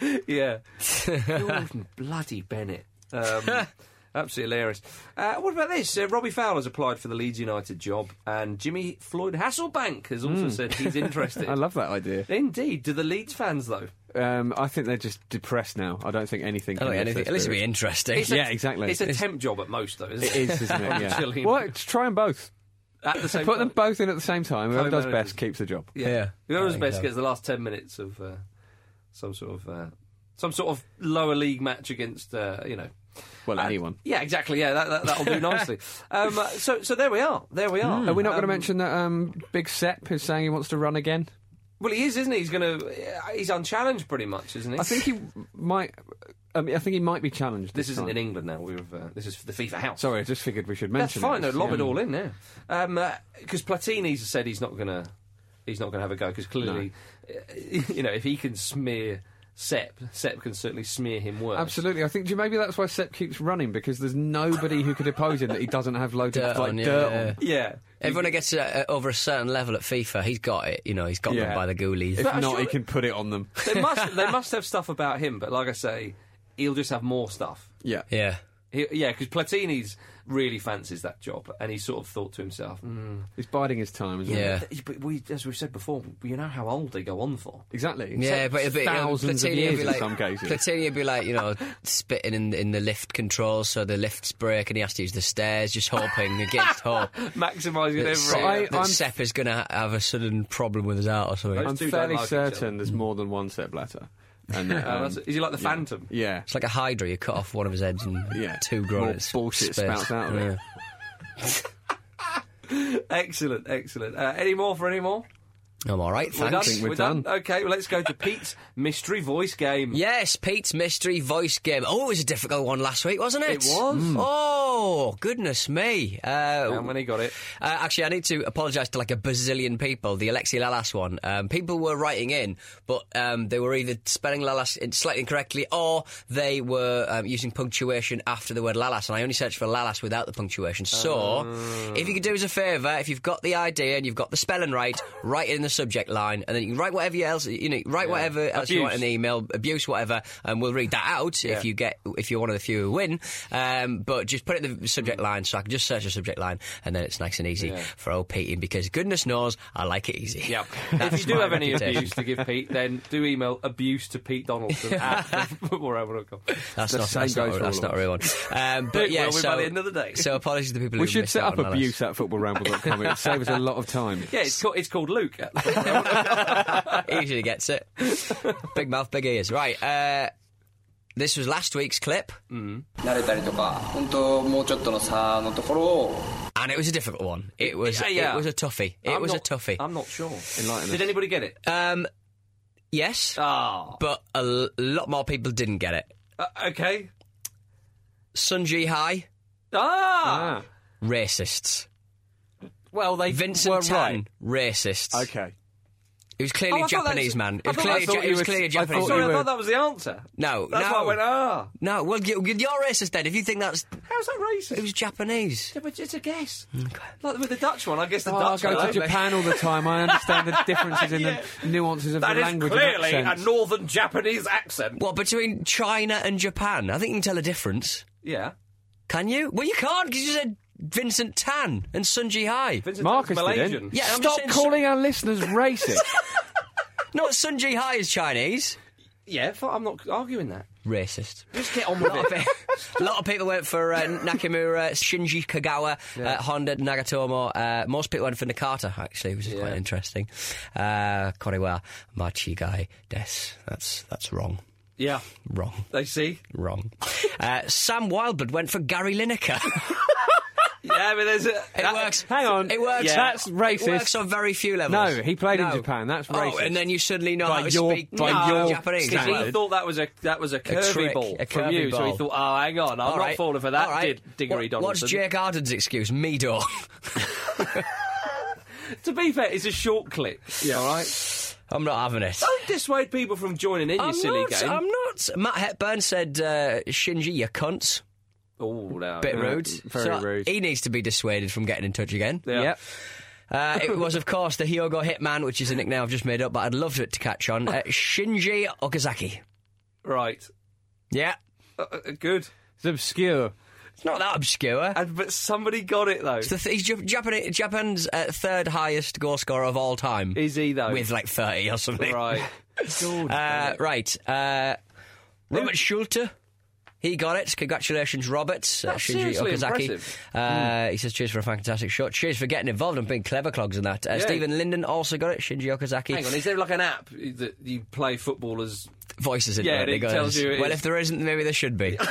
S2: it? Yeah.
S3: Sunderland.
S1: yeah. Gordon bloody Bennett. Um, absolutely hilarious. Uh, what about this? Uh, Robbie Fowler's applied for the Leeds United job, and Jimmy Floyd Hasselbank has also said he's interested.
S3: I love that idea.
S1: Indeed. Do the Leeds fans, though?
S3: Um, I think they're just depressed now. I don't think anything.
S2: I
S3: Can
S2: don't think
S3: lift
S2: anything.
S3: their
S2: At least it'll be
S3: spirits.
S2: interesting.
S1: It's a-
S3: Yeah, exactly.
S1: It's a temp job at most, though, isn't it?
S3: It is, isn't it?
S1: Chilling.
S3: Yeah. What? Try them both.
S1: At the same
S3: Put them
S1: time.
S3: both in at the same time. Whoever does
S1: Co-managers.
S3: best keeps the job.
S2: Yeah.
S1: Whoever's
S2: I think
S1: best
S2: so.
S1: gets the last ten minutes of uh, some sort of uh, some sort of lower league match against uh, you know.
S3: Well,
S1: And-
S3: anyone.
S1: Yeah, exactly. Yeah, that, that, that'll do nicely. um, uh, so, so there we are. There we are.
S3: Hmm. Are we not going to
S1: Um,
S3: mention that um, Big Sep is saying he wants to run again?
S1: Well, he is, isn't he? He's going to. He's unchallenged, pretty much, isn't he?
S3: I think he might. I mean, I think he might be challenged.
S1: this
S3: This,
S1: isn't
S3: time.
S1: in England now. We've uh, this is the FIFA house.
S3: Sorry, I just figured we should
S1: that's
S3: mention.
S1: fine.
S3: It. Um,
S1: No, lob it all in now. Because um, uh 'cause Platini's said he's not going to. He's not going to have a go because clearly, uh, you know, if he can smear Sep, Sep can certainly smear him worse.
S3: Absolutely, I think do you- maybe that's why Sep keeps running because there's nobody who could oppose him that he doesn't have loads
S2: Dirt
S3: of like
S2: on, yeah,
S3: dirt
S2: yeah.
S3: on.
S1: Yeah.
S2: Everyone who gets uh, uh, over a certain level at FIFA, he's got it. You know, he's got
S3: Yeah.
S2: them by the ghoulies.
S3: If
S1: But I
S3: not, he
S1: surely-
S3: can put it on them.
S1: they must they must have stuff about him, but like I say, he'll just have more stuff.
S3: Yeah,
S2: yeah.
S1: He, yeah, because Platini's really fancies that job, and he sort of thought to himself, mm,
S3: he's biding his time. Isn't he?
S2: Yeah.
S1: but we, as we've said before, you know how old they go on for.
S3: exactly.
S2: Yeah,
S3: Sep's
S2: but it'd be,
S1: um,
S3: thousands of
S2: Platini would
S3: years
S2: be like,
S3: in some cases.
S2: Platini would be like, you know, spitting in, in the lift controls so the lifts break and he has to use the stairs, just hoping against hope
S1: Maximising
S2: that, Sep,
S1: every.
S3: I-
S2: that
S3: I'm-
S2: Sep is going to have a sudden problem with his art or something.
S3: I'm
S1: Those two don't
S3: fairly
S1: like each
S3: certain there's more than one Sep Blatter. And that,
S1: Oh,
S3: um,
S1: that's- is he like the Phantom?
S3: yeah,
S2: It's like a hydra. You cut off one of his heads and
S3: Yeah.
S2: two grow
S3: More
S2: in its
S3: bullshit
S2: space.
S3: spouts out of it.
S1: Excellent, excellent. Uh, any more for any more?
S2: I'm all right,
S1: We're
S2: thanks.
S3: think we're done.
S1: Okay, well, let's go to Pete's mystery voice game.
S2: Yes, Pete's mystery voice game. Oh, it was a difficult one last week, wasn't it? Hmm.
S1: It was. Mm.
S2: Oh, goodness me. Uh,
S1: And when he got it,
S2: Uh, actually, I need to apologise to like a bazillion people. The Alexi Lalas one. Um, people were writing in, but um, they were either spelling Lalas in- slightly incorrectly or they were um, using punctuation after the word Lalas. And I only searched for Lalas without the punctuation. So, if you could do us a favour, if you've got the idea and you've got the spelling right, write it in the subject line, and then you can write whatever else you know, write whatever else you want in the email, abuse whatever, and we'll read that out if you get if you're one of the few who win. Um, but just put it in the subject line, so I can just search the subject line, and then it's nice and easy for old Pete. Because goodness knows, I like it easy.
S1: Yep.
S2: That's
S1: if you do
S2: my
S1: have any
S2: reputation.
S1: abuse to give Pete, then do email abuse to Pete Donaldson at footballramble.com.
S2: That's
S3: The
S2: not,
S3: same
S2: that's,
S3: goes
S2: not,
S3: for
S2: that's
S3: all
S2: not
S3: of
S2: a real one. Um, but
S1: It
S2: yeah,
S1: will be
S2: so,
S1: by the end of the day.
S2: So apologies to the people who
S3: We should
S2: missed
S3: set
S2: out
S3: up
S2: on that
S3: abuse at footballramble.com. It'd save us a lot of time.
S1: Yeah, it's, called, it's called Luke. At the football ramble.
S2: list. Easily gets it. big mouth, big ears. Right. Uh, this was last week's clip,
S4: 慣れたりとか本当もうちょっとの差のところを
S2: and it was a difficult one. It was.
S1: Yeah, yeah.
S2: It was a toughie. It
S1: I'm
S2: was
S1: not-
S2: a toughie.
S1: I'm not sure.
S3: Enlighten us.
S1: Did anybody get it?
S2: Um, yes,
S1: Ah,
S2: but a l- lot more people didn't get it.
S1: uh, okay.
S2: Sunji High,
S1: Ah,
S3: Ah,
S2: racists.
S3: well, they
S2: Vincent Tan, racists.
S3: Okay.
S2: It was clearly
S1: Oh, I thought that
S2: Japanese
S1: was-
S2: man. It
S1: I
S2: was
S1: thought-
S2: clearly,
S3: I thought
S2: Ja- it
S3: you
S2: was
S3: were-
S2: clearly
S3: I
S2: a
S3: thought
S2: Japanese
S3: you
S1: sorry,
S2: man.
S1: I
S3: were-
S1: thought that was the answer.
S2: No,
S1: that's
S2: no.
S1: why I went ah.
S2: No, well, you, you're racist then. If you think that's
S1: How's that racist?
S2: it was Japanese.
S1: Yeah, but it's a guess. Like with the Dutch one, I guess the
S3: Oh, I
S1: Dutch
S3: go
S1: one.
S3: to Japan all the time. I understand the differences in
S1: Yeah.
S3: the nuances of
S1: That
S3: the
S1: is
S3: language. and
S1: clearly a
S3: accents.
S1: northern Japanese accent.
S2: What between China and Japan? I think you can tell a difference.
S1: Yeah.
S2: Can you? Well, you can't because you said Vincent Tan and Sunji Hai.
S1: Vincent
S3: Marcus
S1: Tan's
S3: didn't.
S1: Malaysian.
S2: Yeah, I'm just
S3: Stop
S2: saying-
S3: calling our listeners racist.
S2: No, Sunji Hai is Chinese.
S1: Yeah, fi- I'm not arguing that.
S2: Racist.
S1: Just get on with
S2: A
S1: it.
S2: lot of people went for uh, Nakamura, Shinji Kagawa, uh, Honda, Nagatomo. Uh, most people went for Nakata, actually, which is quite
S1: Yeah.
S2: interesting. Uh, Korewa, Machigai, Des. That's, that's wrong.
S1: yeah.
S2: Wrong.
S1: They see.
S2: Wrong. Uh, Sam Wildblood went for Gary Lineker.
S1: Yeah, I mean, there's a.
S2: It
S1: that-
S2: works.
S3: Hang on.
S2: It works.
S3: Yeah. That's racist.
S2: It works on very few levels.
S3: No, he played in Japan. That's
S2: Oh,
S3: racist.
S2: and then you suddenly know
S3: By
S2: how to
S3: your-
S2: speak
S3: by
S2: no,
S3: your
S2: Japanese.
S1: Ah, Because
S3: standard.
S1: he
S3: Standard.
S1: thought that was a that was a curvy
S2: trick,
S1: ball
S2: a
S1: from
S2: curvy
S1: you, so he
S2: ball.
S1: thought, "Oh, hang on, I'm
S2: All
S1: not
S2: right.
S1: falling for
S2: All
S1: that."
S2: right.
S1: Did Diggory
S2: What- What's
S1: Donaldson?
S2: Jake Arden's excuse? Mido.
S1: to be fair, it's a short clip. Yeah, all right.
S2: I'm not having it.
S1: Don't dissuade people from joining in.
S2: I'm
S1: you silly
S2: not.
S1: game.
S2: I'm not. Matt Hepburn said, uh, Shinji, you cunt.
S1: Oh no.
S2: Bit
S3: Yeah,
S2: rude.
S3: very
S2: So
S3: rude.
S2: He needs to be dissuaded from getting in touch again.
S1: Yeah.
S3: Yep.
S2: Uh, it was, of course, the Hyogo Hitman, which is a nickname I've just made up, but I'd love it to catch on. Uh, Shinji Okazaki.
S1: Right.
S2: Yeah.
S1: Uh, uh, good.
S3: It's obscure.
S2: It's not that obscure.
S1: And but somebody got it though.
S2: It's the th- he's Jap- Japan- Japan's uh, third highest goal scorer of all time.
S1: Is he though?
S2: With like 30 or something.
S1: right.
S2: Uh, right. Uh, Robert Schulte. He got it. Congratulations, Robert. Uh,
S1: That's seriously impressive.
S2: Uh, He says, cheers for a fantastic shot. Cheers for getting involved and being clever clogs in that. Uh, Stephen Linden also got it. Shinji Okazaki.
S1: Hang on. Is there like an app that you play footballers?
S2: Voices in
S1: Yeah,
S2: there.
S1: it
S2: They go,
S1: tells you it
S2: well,
S1: is.
S2: if there isn't, maybe there should be. Uh,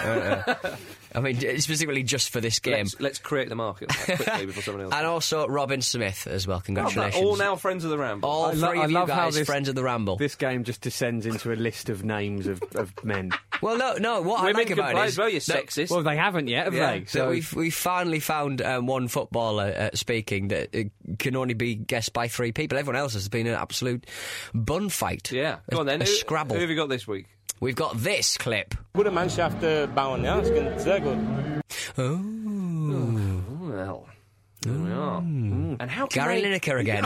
S2: uh. I mean, d- specifically just for this game.
S1: Let's, let's create the market like, quickly before someone else.
S2: And also Robin Smith as well.
S1: Love that.
S2: Congratulations.
S1: All now friends of the Ramble.
S2: All
S3: I
S2: three
S3: lo- I
S2: of you
S3: love how
S2: guys,
S3: this-
S2: friends of the Ramble.
S3: This game just descends into a list of names of, of men.
S2: Well, no, no. What
S1: Women
S2: I like
S1: can
S2: about
S1: play
S2: it
S1: as
S2: is
S1: well. You
S2: that-
S1: sexist.
S3: Well, they haven't yet, have
S1: Yeah.
S3: they?
S2: that we've we finally found um, one footballer uh, speaking that uh, can only be guessed by three people. Everyone else has been an absolute bun fight.
S1: yeah.
S2: a,
S1: Go on then.
S2: a
S1: Who-
S2: scrabble.
S1: Who have you got this week?
S2: We've got this clip.
S5: Gute Mannschaft äh, bauen, ja, das klingt sehr gut.
S1: Well. There we are. Hmm. And how can
S2: Hmm. Gary
S1: they,
S2: Lineker again.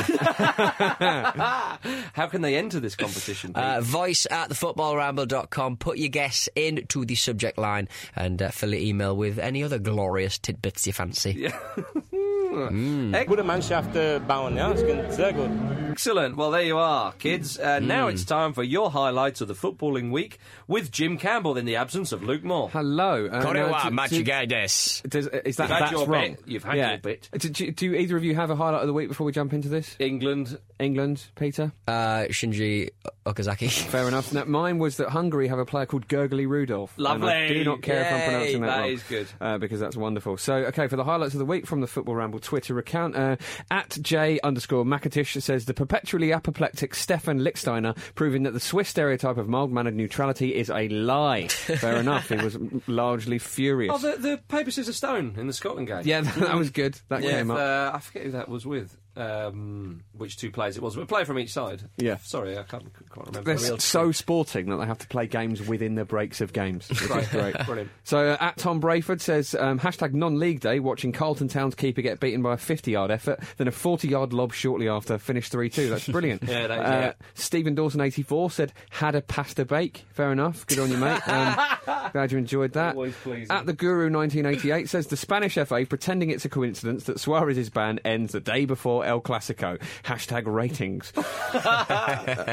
S1: how can they enter this competition? Pete?
S2: uh, voice at thefootballramble.com. Put your guess into the subject line and uh, fill your email with any other glorious tidbits you fancy.
S5: Gute Mannschaft äh, bauen, ja, das klingt sehr gut.
S1: Excellent. Well, there you are, kids. Uh,
S2: Hmm.
S1: Now it's time for your highlights of the footballing week with Jim Campbell in the absence of Luke Moore.
S3: Hello. Uh, now,
S2: Konnichiwa,
S3: do- do-
S2: Machigai desu.
S3: does- uh, is that
S1: You've had
S3: that's
S1: your
S3: wrong?
S1: bit. You've had
S3: yeah.
S1: your bit.
S3: Do, do- do either of you have a highlight of the week before we jump into this?
S1: England.
S3: England, Peter.
S2: Uh, Shinji Okazaki.
S3: Fair enough. Now, mine was that Hungary have a player called Gurgly Rudolph. And I
S1: Lovely.
S3: do not care if I'm
S1: Yay,
S3: pronouncing that
S1: that
S3: wrong.
S1: is good.
S3: Uh, because that's wonderful. So, okay, for the highlights of the week from the Football Ramble Twitter account, uh, at J underscore McAtish says the perpetually apoplectic Stefan Licksteiner proving that the Swiss stereotype of mild mannered neutrality is a lie. Fair enough. He was largely furious.
S1: Oh, the, the paper scissors stone in the Scotland game.
S3: yeah, that, that was good. That
S1: Yeah,
S3: came up.
S1: uh, I forget who that was with. um, which two players it was, but a player from each side.
S3: Yeah.
S1: Sorry, I can't c- quite remember.
S3: They're so sporting that they have to play games within the breaks of games, which is great.
S1: Brilliant.
S3: So uh, at Tom Brayford says um, hashtag non-league day, watching Carlton Town's keeper get beaten by a 50-yard effort, then a 40-yard lob shortly after, finished 3-2. That's brilliant.
S1: Yeah, that is,
S3: uh,
S1: yeah.
S3: Stephen Dawson 84 said had a pasta bake. Fair enough. Good on you, mate. Um, glad you enjoyed that.
S1: Always pleasing.
S3: At the Guru 1988 says the Spanish FA pretending it's a coincidence that Suarez's ban ends the day before El Clasico. Hashtag ratings.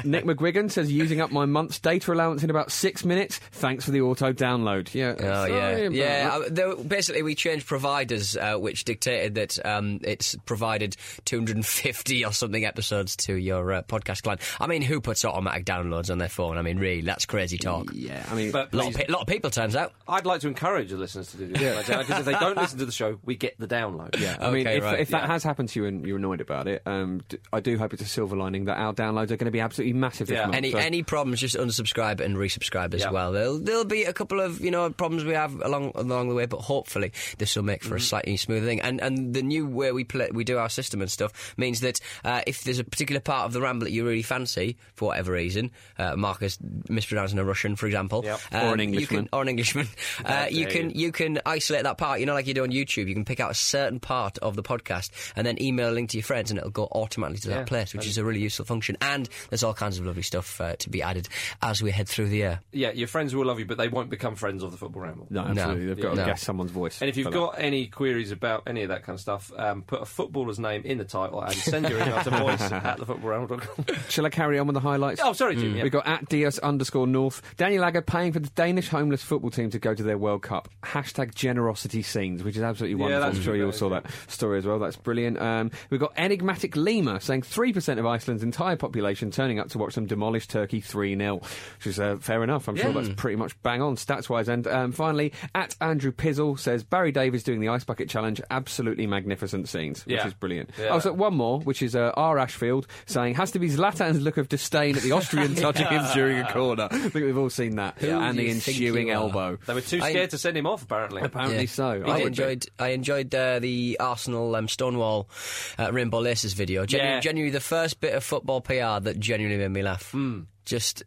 S3: Nick McGuigan says using up my month's data allowance in about six minutes. Thanks for the auto download. Yeah.
S2: Oh
S3: sorry
S2: yeah,
S3: about
S2: yeah.
S3: that.
S2: I, there, basically, we changed providers, uh, which dictated that um, it's provided 250 or something episodes to your uh, podcast client. I mean, who puts automatic downloads on their phone? I mean, really, that's crazy talk.
S3: Yeah. I mean,
S1: But
S2: A lot, of, pe- lot of people, turns out.
S1: I'd like to encourage the listeners to do this because if they don't listen to the show, we get the download.
S3: yeah. I mean,
S2: Okay,
S3: if,
S2: right,
S3: if that
S2: yeah.
S3: has happened to you and you're annoyed about it, um, d- I do hope it's a silver lining that our downloads are going to be absolutely massive this
S1: Yeah.
S3: month.
S2: Any
S3: so-
S2: any problems, just unsubscribe and resubscribe as
S1: Yeah.
S2: well. There'll, there'll be a couple of you know problems we have along along the way, but hopefully this will make for a
S3: Mm-hmm.
S2: slightly smoother thing. And and the new way we play, we do our system and stuff means that uh, if there's a particular part of the ramble that you really fancy for whatever reason, uh, Marcus mispronouncing a Russian, for example,
S1: Yep.
S2: um,
S3: Or an
S2: you can-
S3: Englishman.
S2: or an Englishman, uh, you
S1: dare
S2: can
S1: you.
S2: you can isolate that part. You know, like you do on YouTube, you can pick out a certain part of the podcast and then email a link to your friends, and it'll go automatically to
S1: Yeah,
S2: that place, which is a really useful function. And there's all kinds of lovely stuff uh, to be added as we head through the year.
S1: yeah, your friends will love you, but they won't become friends of the football ramble.
S3: No, absolutely. They've got
S2: No.
S3: to guess someone's voice.
S1: And if you've
S3: for that.
S1: got any queries about any of that kind of stuff, um, put a footballer's name in the title and send your email to voice at thefootballramble.com.
S3: Shall I carry on with the highlights?
S1: oh, sorry, Jim. yeah.
S3: We've Hmm, got at DS underscore North. Daniel Agger paying for the Danish homeless football team to go to their World Cup. Hashtag generosity scenes, which is absolutely
S1: Yeah,
S3: wonderful.
S1: that's
S3: I'm sure
S1: true,
S3: you all
S1: that
S3: saw
S1: is,
S3: that story as well. That's brilliant. Um, we've got Enigmatic Lima saying 3% of Iceland's entire population turning up to watch them demolish Turkey 3 0, which is uh, fair enough. I'm sure that's pretty much bang on stats wise. And um, finally, at Andrew Pizzle says Barry Davies doing the Ice Bucket Challenge. Absolutely magnificent scenes, which
S1: Yeah.
S3: is brilliant.
S1: Yeah.
S3: Oh, so one more, which is uh, R. Ashfield saying, has to be Zlatan's look of disdain at the Austrian touching him during a corner. I think we've all seen that. and
S2: do
S3: the
S2: you think
S3: ensuing
S2: you are?
S3: elbow.
S1: They were too
S2: I-
S1: scared to send him off, apparently.
S3: Apparently
S2: Yeah.
S3: so.
S2: I,
S3: would
S2: enjoyed. I enjoyed uh, the Arsenal um, Stonewall uh, Rainbow Laces video. Genu-
S1: Yeah.
S2: Genuinely, the first bit of football PR that genuinely made me laugh. Just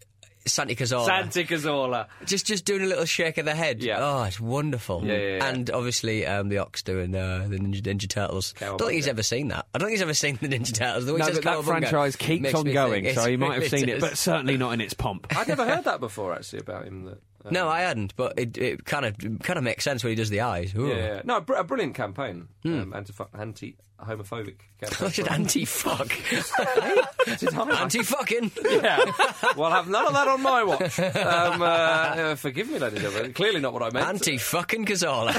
S2: Santi Cazorla.
S1: Santi Cazorla.
S2: Just just doing a little shake of the head.
S1: Yeah.
S2: Oh, it's wonderful.
S1: Yeah, yeah, yeah.
S2: And obviously um, the Ox doing uh, the Ninja, Ninja Turtles. I don't
S1: Cowabunga.
S2: think he's ever seen that. I don't think he's ever seen the Ninja Turtles. The way he
S3: No,
S2: says
S3: but that
S2: Cowabunga
S3: franchise keeps
S2: makes
S3: on
S2: me
S3: going,
S2: think
S3: so
S2: it's
S3: you might have seen it,
S2: ridiculous.
S3: but certainly not in its pomp.
S1: I'd never heard that before, actually, about him. That uh,
S2: no, I hadn't. But it it kind of kind of makes sense when he does the eyes. Ooh.
S1: Yeah, yeah. no, a br- a brilliant campaign,
S3: Hmm.
S1: um, anti- anti-homophobic
S2: I said
S1: campaign.
S2: anti-fuck.
S1: Did I?
S2: Anti-fucking.
S1: yeah. Well, I've none of that on my watch. Um, uh, uh, forgive me, ladies and gentlemen. Clearly not what I meant.
S2: Anti-fucking Cazorla.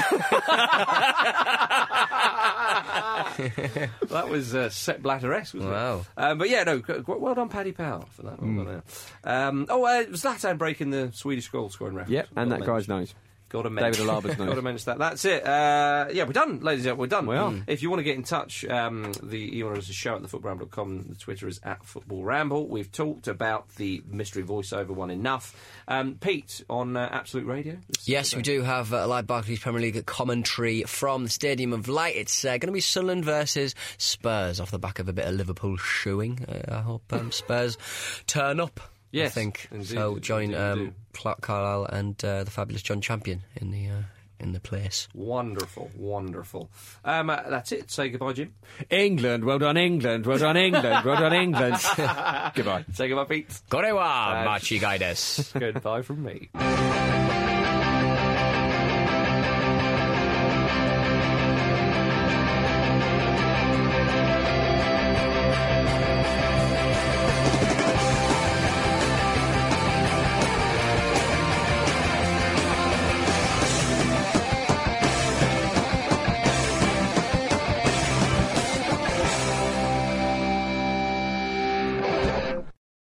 S1: that was uh, Set Blatter-esque, wasn't
S2: Wow.
S1: it? Um, but yeah, no, g- g- well done, Paddy Power, for that.
S3: Hmm.
S1: Well done, yeah. um, oh, uh, Zlatan breaking the Swedish goal scoring record.
S3: Yep, and
S1: Gotta
S3: that guy's
S1: mention-
S3: nose.
S1: Gotta mention.
S3: David Alaba's nose.
S1: Gotta mention that. That's it. Uh, yeah, we're done, ladies and gentlemen. We're done.
S3: We are.
S1: If you want to get in touch, um, the email is show at thefootballramble.com. The Twitter is at footballramble. We've talked about the mystery voiceover one enough. Um, Pete on uh, Absolute Radio.
S2: Yes, we do have uh, live Barclays Premier League commentary from the Stadium of Light. It's uh, going to be Sunderland versus Spurs off the back of a bit of Liverpool shoeing. Uh, I hope um, Spurs turn up.
S1: Yes,
S2: I think
S1: indeed,
S2: so. Join
S1: indeed we do.
S2: um, Clark Carlisle and uh, the fabulous John Champion in the uh, in the place.
S1: Wonderful, wonderful. Um, uh, that's it. Say goodbye, Jim.
S3: England, well done, England, well done, England, well done, England. Goodbye.
S1: Say goodbye, Pete.
S2: Korewa, Machi Gaides.
S1: goodbye from me.
S3: Football